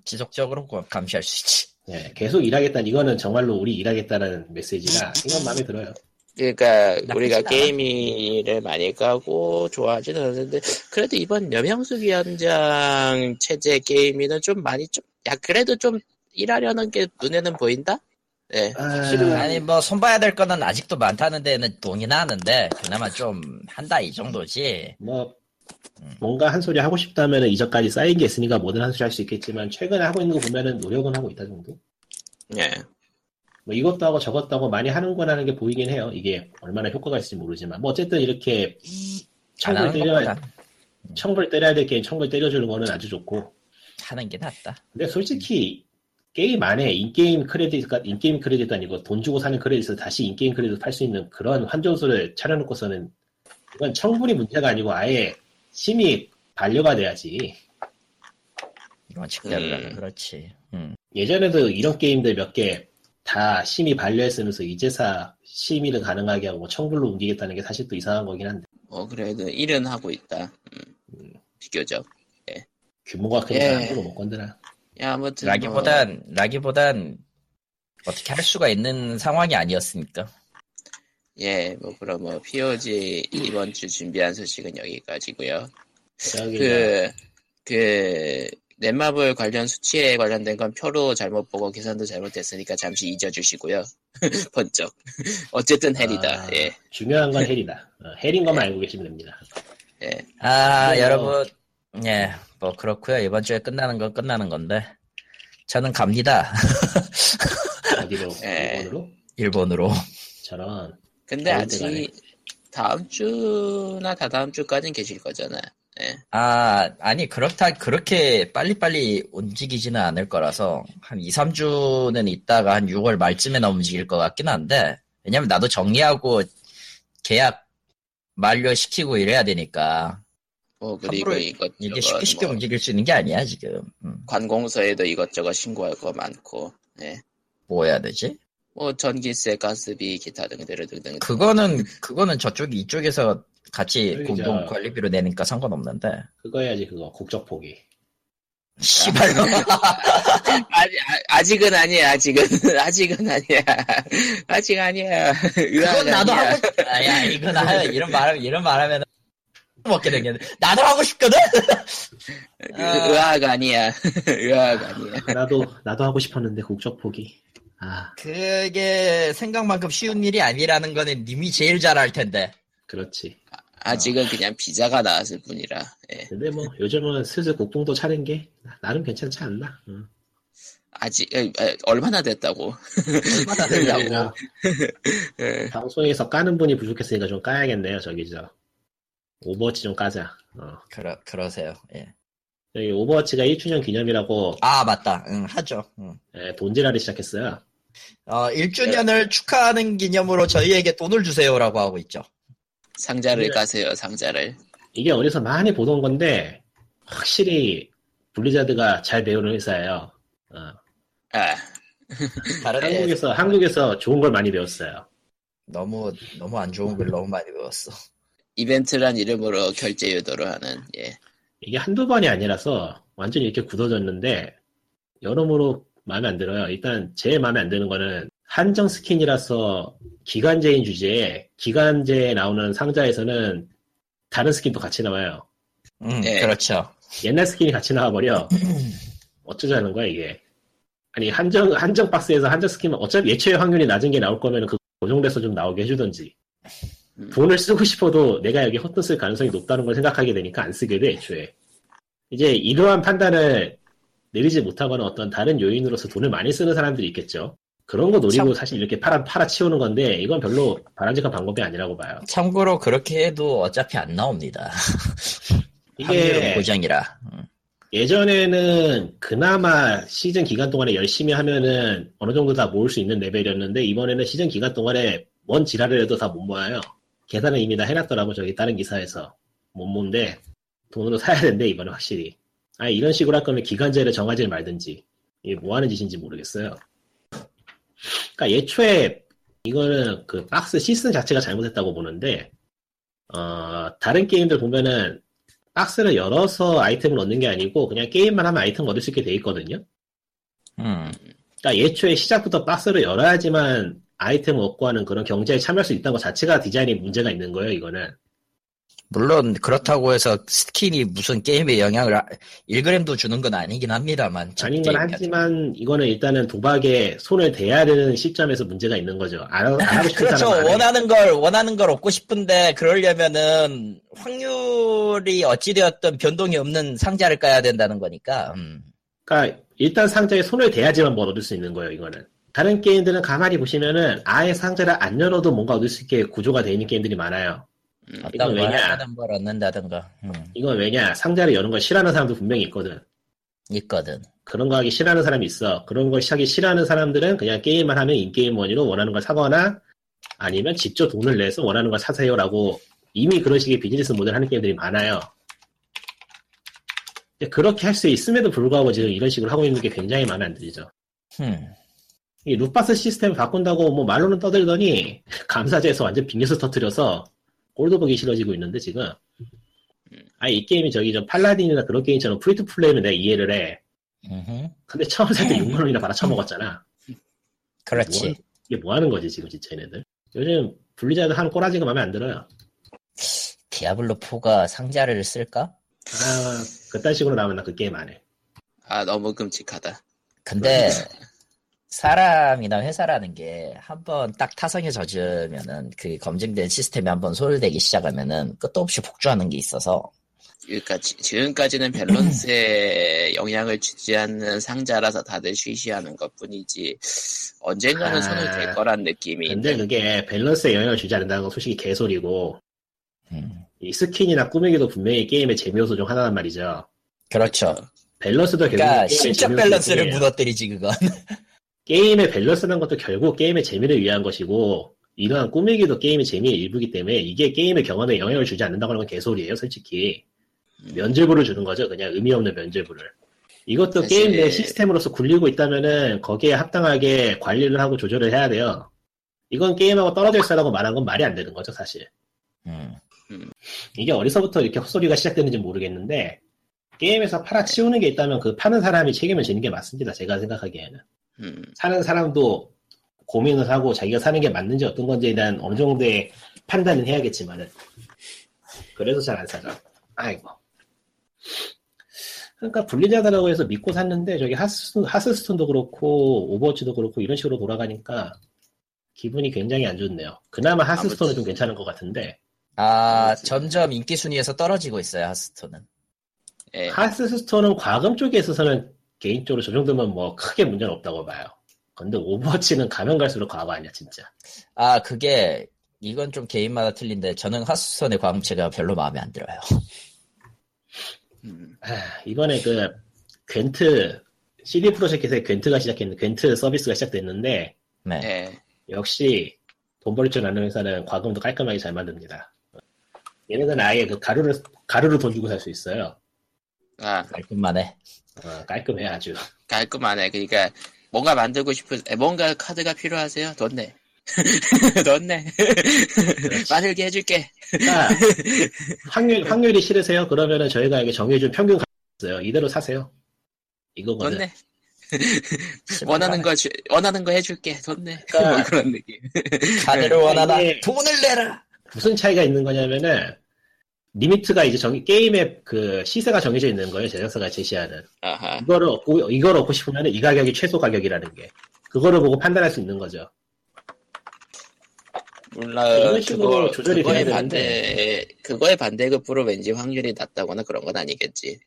지속적으로 그- 감시할 수 있지. 예, 계속 일하겠다는 이거는 정말로 우리 일하겠다는 메시지라 이건 마음에 들어요. 그러니까 우리가 않아. 게임위를 많이 까고 좋아하진 않는데 그래도 이번 여명수 위원장 체제 게임위는 좀 많이 좀 야 그래도 좀 일하려는 게 눈에는 보인다 예 사실은- 아니 뭐 손봐야 될 거는 아직도 많다는 데는 동의는 하는데 그나마 좀 한다 이 정도지. 뭐 뭔가 한 소리 하고 싶다면은 이전까지 쌓인 게 있으니까 뭐든 한 소리 할 수 있겠지만 최근에 하고 있는 거 보면은 노력은 하고 있다 정도. 예. 뭐 이것도 하고 저것도 하고 많이 하는구나 하는 게 보이긴 해요. 이게 얼마나 효과가 있을지 모르지만 뭐 어쨌든 이렇게 안 청불 하는 때려야 것보다 청불 때려야 될 게임 청불 때려주는 거는 아주 좋고 하는 게 낫다. 근데 솔직히 게임 안에 인게임 크레딧 가 인게임 크레딧 아니고 돈 주고 사는 크레딧을 다시 인게임 크레딧 팔 수 있는 그런 환전소를 차려놓고서는 이건 청불이 문제가 아니고 아예 심히 반려가 돼야지 이건 직대로 음. 가면 그렇지. 음. 예전에도 이런 게임들 몇 개 다 심의 반려했으면서 이제사 심의를 가능하게 하고 뭐 청불로 옮기겠다는 게 사실 또 이상한 거긴 한데 뭐 그래도 일은 하고 있다 음, 비교적 규모가 예. 크니까 함부로 못 건드나 야 아무튼 뭐, 라기보단 라기보단 어떻게 할 수가 있는 상황이 아니었으니까. 예뭐 그럼 뭐 POG 이번 주 준비한 소식은 여기까지고요 저기 그, 예. 그, 넷마블 관련 수치에 관련된 건 표로 잘못 보고 계산도 잘못됐으니까 잠시 잊어주시고요. 번쩍. 어쨌든 헬이다. 아, 예. 중요한 건 헬이다. 어, 헬인 것만 알고 계시면 됩니다. 아 뭐. 여러분 예 뭐 그렇고요 이번 주에 끝나는 건 끝나는 건데 저는 갑니다 어디로 예. 일본으로? 일본으로. 저런 근데 좋은 아직 데가네. 다음 주나 다다음 주까지는 계실 거잖아. 예. 아, 아니, 그렇다, 그렇게 빨리빨리 움직이지는 않을 거라서, 한 2, 3주는 있다가 한 6월 말쯤에나 움직일 것 같긴 한데, 왜냐면 나도 정리하고 계약 만료시키고 이래야 되니까, 뭐, 그리고 함부로 이것, 뭐 이게 쉽게 쉽게 움직일 수 있는 게 아니야, 지금. 음, 관공서에도 이것저것 신고할 거 많고, 예. 뭐 해야 되지? 뭐, 전기세, 가스비, 기타 등등 등등. 아. 그거는, 그거는 저쪽, 이쪽에서 같이 저기 공동 저- 관리비로 내니까 상관없는데, 그거 해야지 그거 국적 포기. 예. 씨발, 아직, 아직은 아니야, 아직은. 아직은 아니야. 아직 아니야. 그건 으악, 나도 아니야. 하고 싶... 아, 야, 이건 하... 이런 말하면, 이런 말하면 먹게 되겠네. 나도 하고 싶거든? 으- 으악 아니야. 으악 아니야. 나도 나도 하고 싶었는데 국적 포기. 아 그게 생각만큼 쉬운 일이 아니라는 거는 님이 제일 잘 알 텐데. 그렇지. 아직은 그냥 비자가 나왔을 뿐이라. 예. 근데 뭐 요즘은 슬슬 국뽕도 차는 게 나- 나름 괜찮지 않나? 응. 아직 에, 에, 얼마나 됐다고 얼마나 예. 되냐고. 그래서 에, 방송에서 까는 분이 부족했으니까 좀 까야겠네요. 저기 저 오버워치 좀 까자. 어. 그러, 그러세요. 예. 여기 오버워치가 1주년 기념이라고 아, 맞다. 응, 하죠. 응. 예, 돈지랄이 시작했어요. 어, 1주년을 축하하는 기념으로 저희에게 돈을 주세요라고 하고 있죠. 상자를 네. 까세요 상자를 이게 어디서 많이 보던 건데 확실히 블리자드가 잘 배우는 회사예요. 어, 아 다른 데 한국에서 한국에서 좋은 걸 많이 배웠어요. 너무, 너무 안 좋은 걸 너무 많이 배웠어. 이벤트란 이름으로 결제 유도를 하는 예 이게 한두 번이 아니라서 완전히 이렇게 굳어졌는데 여러모로 마음에 안 들어요. 일단 제일 마음에 안 드는 거는 한정 스킨이라서 기간제인 주제에 기간제에 나오는 상자에서는 다른 스킨도 같이 나와요. 응, 네. 예. 그렇죠. 옛날 스킨이 같이 나와버려. 어쩌자는 거야 이게. 아니 한정 한정 박스에서 한정 스킨은 어차피 예측의 확률이 낮은 게 나올 거면 그 고정돼서 좀 나오게 해주던지. 음. 돈을 쓰고 싶어도 내가 여기 헛돈 쓸 가능성이 높다는 걸 생각하게 되니까 안 쓰게 돼 애초에. 이제 이러한 판단을 내리지 못하거나 어떤 다른 요인으로서 돈을 많이 쓰는 사람들이 있겠죠. 그런 거 노리고 사실 이렇게 팔아 팔아 치우는 건데 이건 별로 바람직한 방법이 아니라고 봐요. 참고로 그렇게 해도 어차피 안 나옵니다. 확률 이게 보장이라. 응. 예전에는 그나마 시즌 기간 동안에 열심히 하면은 어느 정도 다 모을 수 있는 레벨이었는데 이번에는 시즌 기간 동안에 뭔 지랄을 해도 다 못 모아요. 계산은 이미 다 해놨더라고 저기 다른 기사에서 못 모은데 돈으로 사야 된대 이번에 확실히. 아 이런 식으로 할 거면 기간제를 정하지 말든지 이게 뭐 하는 짓인지 모르겠어요. 그러니까 예초에 이거는 그 박스 시스템 자체가 잘못했다고 보는데 어 다른 게임들 보면은 박스를 열어서 아이템을 얻는 게 아니고 그냥 게임만 하면 아이템 얻을 수 있게 돼 있거든요. 응. 그러니까 예초에 시작부터 박스를 열어야지만 아이템을 얻고 하는 그런 경제에 참여할 수 있다는 것 자체가 디자인이 문제가 있는 거예요. 이거는 물론 그렇다고 해서 스킨이 무슨 게임에 영향을 1g도 주는 건 아니긴 합니다만. 저 아닌 건 게임까지. 하지만 이거는 일단은 도박에 손을 대야 되는 시점에서 문제가 있는 거죠. 안, 하- 안 하고 싶은 그렇죠. 사람은 안 해요. 원하는 걸, 원하는 걸 얻고 싶은데, 그러려면은, 확률이 어찌되었든 변동이 없는 상자를 까야 된다는 거니까, 음. 그러니까 일단 상자에 손을 대야지만 뭘 얻을 수 있는 거예요. 이거는 다른 게임들은 가만히 보시면은 아예 상자를 안 열어도 뭔가 얻을 수 있게 구조가 돼 있는 게임들이 많아요. 어떤 걸 음, 왜냐? 하든 걸 얻는다든가, 음, 이건 왜냐 상자를 여는 걸 싫어하는 사람도 분명히 있거든 있거든. 그런 거 하기 싫어하는 사람이 있어 그런 걸 하기 싫어하는 사람들은 그냥 게임만 하면 인게임 머니로 원하는 걸 사거나 아니면 직접 돈을 내서 원하는 걸 사세요라고 이미 그런 식의 비즈니스 모델 하는 게임들이 많아요 근데 그렇게 할 수 있음에도 불구하고 지금 이런 식으로 하고 있는 게 굉장히 마음에 안 들죠 음. 이 루파스 시스템 바꾼다고 뭐 말로는 떠들더니 감사제에서 완전 빅뉴스 터트려서 꼴도 보기 싫어지고 있는데 지금 아 이 게임이 저기 저 팔라딘이나 그런 게임처럼 프리투 플레이면 내가 이해를 해 음흠. 근데 처음 살 네. 때 6만 원이나 받아쳐먹었잖아 그렇지. 뭐, 이게 뭐 하는 거지 지금 진짜 얘네들 요즘 분리자드 하는 꼬라지가 마음에 안 들어요 디아블로4가 상자를 쓸까? 아 그딴 식으로 나오면 나 그 게임 안해 아 너무 끔찍하다 근데, 사람이나 회사라는 게, 한번 딱 타성에 젖으면은, 그 검증된 시스템이 한번 소홀되기 시작하면은, 끝도 없이 복주하는 게 있어서, 그러니까 지- 지금까지는 밸런스에 영향을 주지 않는 상자라서 다들 쉬쉬하는 것뿐이지 언젠가는 아, 손을 댈 거란 느낌이 네. 근데 있는 그게 밸런스에 영향을 주지 않는다는 건 솔직히 개소리고 음. 이 스킨이나 꾸미기도 분명히 게임의 재미요소 중 하나란 말이죠 그렇죠. 밸런스도 결국 그러니까 게임의 실적 재미를 밸런스를 위해서 무너뜨리지 그건. 게임의 밸런스라는 것도 결국 게임의 재미를 위한 것이고 이러한 꾸미기도 게임의 재미의 일부이기 때문에 이게 게임의 경험에 영향을 주지 않는다고 하는 건 개소리예요 솔직히 음. 면죄부를 주는 거죠 그냥 의미 없는 면죄부를 이것도 사실- 게임 내 시스템으로서 굴리고 있다면은 거기에 합당하게 관리를 하고 조절을 해야 돼요 이건 게임하고 떨어져 있어라고 말한 건 말이 안 되는 거죠 사실 음. 이게 어디서부터 이렇게 헛소리가 시작되는지 모르겠는데 게임에서 팔아치우는 게 있다면 그 파는 사람이 책임을 지는 게 맞습니다. 제가 생각하기에는 음, 사는 사람도 고민을 하고 자기가 사는 게 맞는지 어떤 건지에 대한 어느 정도의 판단은 해야겠지만은 그래서 잘 안 사죠. 아이고. 그러니까 분리자다라고 해서 믿고 샀는데 저기 하스스톤, 하스스톤도 그렇고 오버워치도 그렇고 이런 식으로 돌아가니까 기분이 굉장히 안 좋네요. 그나마 하스스톤은 아무튼. 좀 괜찮은 것 같은데 아 그렇지. 점점 인기 순위에서 떨어지고 있어요 하스톤은. 예. 하스스톤은 과금 쪽에 있어서는 개인적으로 저 정도면 뭐 크게 문제는 없다고 봐요. 근데 오버워치는 가면 갈수록 과거 아니야 진짜. 아 그게 이건 좀 개인마다 틀린데 저는 하수선의 광채가 별로 마음에 안 들어요. 음. 아, 이번에 그 괜트 CD 프로젝트에서 괜트가 시작했는 괜트 서비스가 시작됐는데 네. 예. 역시 돈 벌릴 줄 아는 회사는 과금도 깔끔하게 잘 만듭니다. 얘네들은 아예 그 가루를 가루를 돈 주고 살 수 있어요. 아, 깔끔만해. 어, 깔끔해 아주. 깔끔하네. 그러니까 뭔가 만들고 싶은 에, 뭔가 카드가 필요하세요? 돈 내. 돈 내. 만들게 해줄게. 그러니까 확률 확률이 싫으세요? 그러면은 저희가 이게 정해준 평균 가격이 있어요. 이대로 사세요. 돈 이거거든. 내. 원하는 거 주- 원하는 거 해줄게. 돈 내. 그러니까 뭐 그런 느낌. 카드를 원하나 이게- 돈을 내라. 무슨 차이가 있는 거냐면은 리미트가 이제 정 게임의 그 시세가 정해져 있는 거예요. 제작사가 제시하는. 아하. 이거를 얻고, 이걸 얻고 싶으면 이 가격이 최소 가격이라는 게. 그거를 보고 판단할 수 있는 거죠. 물론 이런 식으로 그거, 조절이 그거에 돼야 반대 그거에 반대급부로 왠지 확률이 낮다거나 그런 건 아니겠지.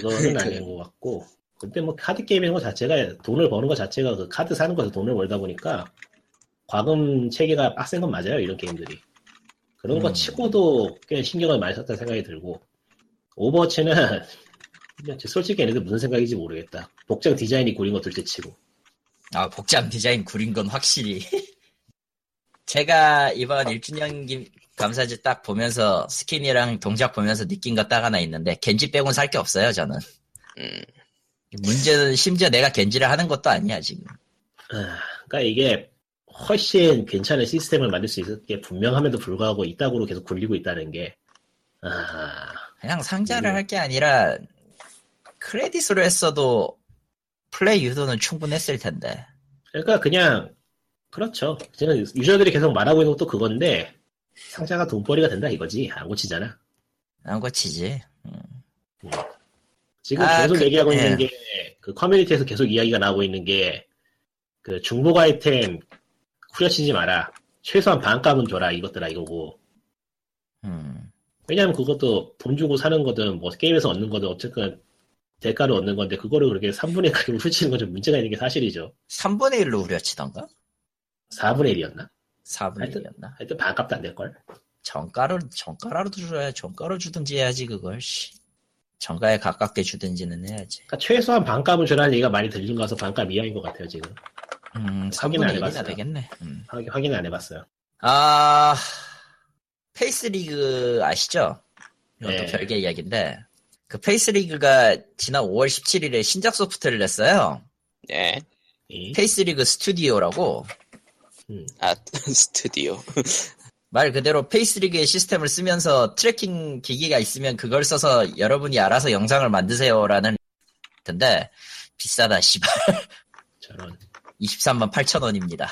그거는 아닌 것 같고. 근데 뭐 카드 게임인 것 자체가 돈을 버는 것 자체가 그 카드 사는 거에서 돈을 벌다 보니까 과금 체계가 빡센 건 맞아요. 이런 게임들이. 그런 거 음. 치고도 꽤 신경을 많이 썼다는 생각이 들고. 오버워치는 그냥 솔직히 얘네들 무슨 생각인지 모르겠다. 복장 디자인이 구린 거 둘째 치고. 아 복잡 디자인 구린 건 확실히. 제가 이번 1주년 기- 감사지 딱 보면서 스킨이랑 동작 보면서 느낀 거 딱 하나 있는데 겐지 빼곤 살 게 없어요 저는. 음. 문제는 심지어 내가 겐지를 하는 것도 아니야 지금. 아, 그러니까 이게 훨씬 괜찮은 시스템을 만들 수 있을 게 분명함에도 불구하고 이따구로 계속 굴리고 있다는 게 아, 그냥 상자를 음. 할 게 아니라 크레딧으로 했어도 플레이 유도는 충분했을 텐데. 그러니까 그냥 그렇죠. 그냥 유저들이 계속 말하고 있는 것도 그건데 상자가 돈벌이가 된다 이거지 안 고치잖아. 안 고치지. 지금 아, 계속 그- 얘기하고 있는 예. 게 그 커뮤니티에서 계속 이야기가 나오고 있는 게 그 중복 아이템 후려치지 마라. 최소한 반값은 줘라 이것들아 이거고 음. 왜냐면 그것도 돈 주고 사는 거든 뭐 게임에서 얻는 거든 어쨌든 대가를 얻는 건데 그거를 그렇게 3분의 1 가격으로 훔치는 건 좀 문제가 있는 게 사실이죠. 3분의 1로 후려치던가? 4분의 1이었나? 4분의 하여튼- 1이었나? 하여튼 반값도 안 될걸? 정가로, 정가라도 줘야, 정가로 주든지 해야지, 그걸, 씨. 정가에 가깝게 주든지는 해야지. 그러니까 최소한 반값을 주라는 얘기가 많이 들린 거라서 반값 이하인 것 같아요 지금. 음, 확인은 3분의 1이나 안 해봤어요. 되겠네. 음. 확인, 확인 안 해봤어요. 아, 페이스리그 아시죠? 이것도 네. 별개 이야기인데, 그 페이스리그가 지난 5월 17일에 신작 소프트를 냈어요. 예. 네. 이? 페이스리그 스튜디오라고, 아 스튜디오. 말 그대로 페이스리그의 시스템을 쓰면서 트래킹 기기가 있으면 그걸 써서 여러분이 알아서 영상을 만드세요라는 텐데, 비싸다, 씨발. 저런 23만 8천 원입니다.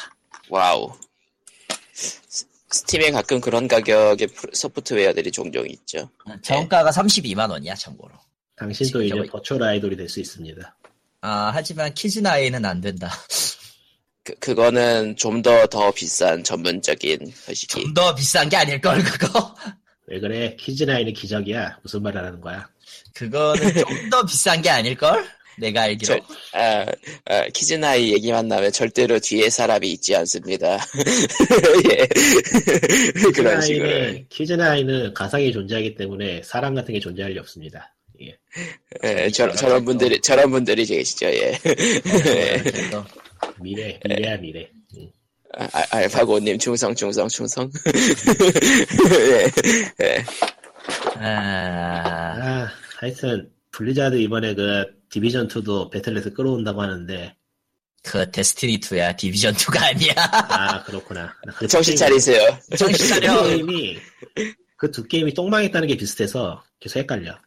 와우. 스- 스팀에 가끔 그런 가격의 프로- 소프트웨어들이 종종 있죠. 정가가 32만 원이야, 참고로. 당신도 이제 지켜봐. 버추얼 아이돌이 될 수 있습니다. 아, 하지만 키즈나이는 안 된다. 그, 그거는 좀 더 더 비싼 전문적인 것이기. 좀 더 비싼 게 아닐걸, 그거? 왜 그래? 키즈나이는 기적이야. 무슨 말 하는 거야? 그거는 좀 더 비싼 게 아닐걸? 내가 알기로. 아, 아, 키즈나이 얘기만 나면 절대로 뒤에 사람이 있지 않습니다. 예. 그런 식으로. 키즈나이는 키즈나이는 가상이 존재하기 때문에 사람 같은 게 존재할 리 없습니다. 예. 예, 저, 저런 분들이, 저런 분들이 계시죠, 예. 그래도 미래 미래야 미래. 음. 아, 아, 알파고님, 충성, 충성, 충성. 예. 아, 아, 하여튼 블리자드 이번에 그 디비전 2도 배틀넷에 끌어온다고 하는데 그 데스티니 2야. 디비전 2가 아니야. 아 그렇구나. 나그 정신 게임이- 차리세요. 예, 정신 그 차려. 게임이 그 두 게임이 똥망했다는 게 비슷해서 계속 헷갈려.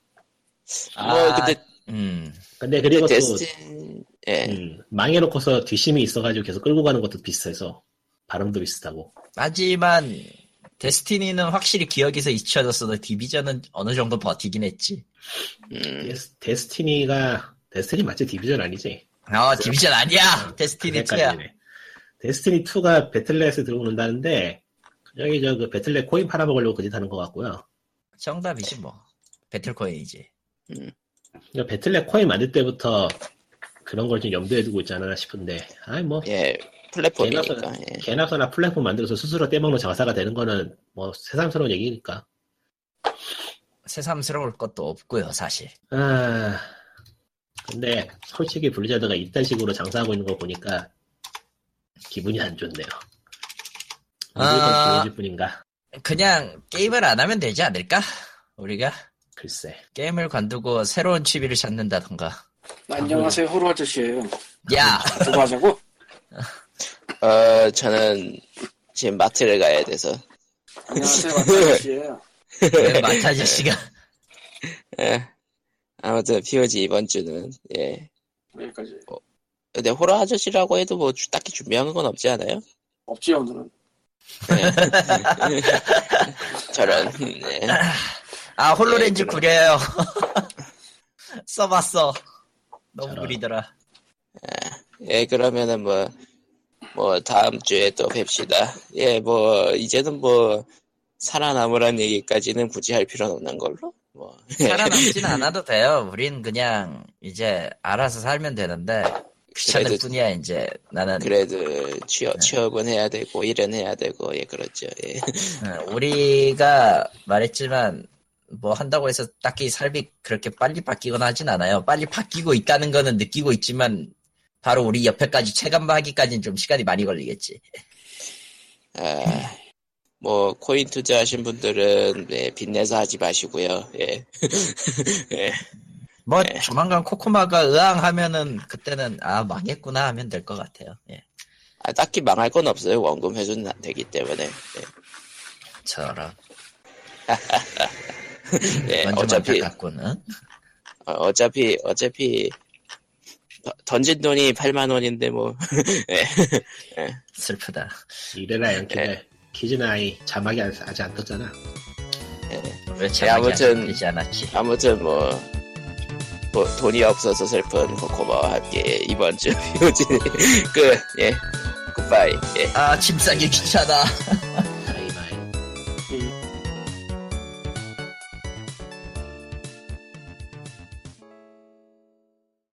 뭐, 근데, 음. 근데 그리고 또 데스틴, 예. 음, 망해놓고서 뒷심이 있어가지고 계속 끌고 가는 것도 비슷해서 발음도 비슷하고. 하지만 데스티니는 확실히 기억에서 잊혀졌어도 디비전은 어느 정도 버티긴 했지. 음, 데스, 데스티니가 데스티니 맞지 디비전 아니지? 아 디비전 아니야. 데스티니 2야. 헷갈리네. 데스티니 2가 배틀넷에 들어오는다는데 저기 저그 배틀넷 그 코인 팔아먹으려고 그짓 하는 것 같고요. 음, 정답이지 뭐. 배틀코인이지. 그러니까 배틀넷 코인 만들 때부터 그런 걸 좀 염두에 두고 있지 않나 싶은데, 아이 뭐 예, 플랫폼이니까. 예. 개나 소나 플랫폼 만들어서 스스로 떼먹는 장사가 되는 거는 뭐 새삼스러운 얘기니까. 새삼스러울 것도 없고요 사실 아, 근데 솔직히 블리자드가 이딴 식으로 장사하고 있는 거 보니까 기분이 안 좋네요. 아. 아... 좋아질 뿐인가? 그냥 게임을 안 하면 되지 않을까 우리가 글쎄. 게임을 관두고 새로운 취미를 찾는다던가 아, 안녕하세요 호루 아저씨예요. 야 누구 하자고? 어, 저는 지금 마트를 가야 돼서. 안녕하세요 호루 아저씨예요. 왜 마타 아저씨가 예. 아무튼 POG 이번 주는 예. 여기까지. 근데 호러 아저씨라고 해도 뭐 주- 딱히 준비한 건 없지 않아요? 없지요 오늘은. 저런. 네. 아 홀로렌즈 예, 그럼. 구려요 써봤어 너무 저런. 구리더라 예, 그러면은 뭐, 뭐, 다음 주에 또 뵙시다. 예, 뭐, 이제는 뭐, 살아남으란 얘기까지는 굳이 할 필요는 없는 걸로? 뭐, 살아남진 않아도 돼요 우린 그냥 이제 알아서 살면 되는데 귀찮을 그래도- 뿐이야 이제 나는 그래도 취업, 취업은 해야 되고, 일은 해야 되고, 예, 그렇죠. 예. 어, 우리가 말했지만 뭐 한다고 해서 딱히 삶이 그렇게 빨리 바뀌거나 하진 않아요. 빨리 바뀌고 있다는 거는 느끼고 있지만 바로 우리 옆에까지 체감하기까지는 좀 시간이 많이 걸리겠지. 아, 뭐, 코인 투자하신 분들은, 예, 빚내서 하지 마시고요. 예. 예. 뭐 조만간 코코마가 의왕하면은 그때는 아 망했구나 하면 될 것 같아요. 예. 아, 딱히 망할 건 없어요. 원금 회수는 안 되기 때문에. 예. 저런 예, 완전 어차피 안타깝고는 어, 어차피 어차피 더- 던진 돈이 8만 원인데 뭐 슬프다. 이래라 양키네. 키즈나이 자막이 안- 아직 안 떴잖아. 왜 제약이 예, 아무튼- 되지 않았지? 아무튼 뭐, 뭐 돈이 없어서 슬픈 코코마와 함께 이번 주 요진 끝예 굿바이 예. 아, 아침 싸기 귀찮아. 예.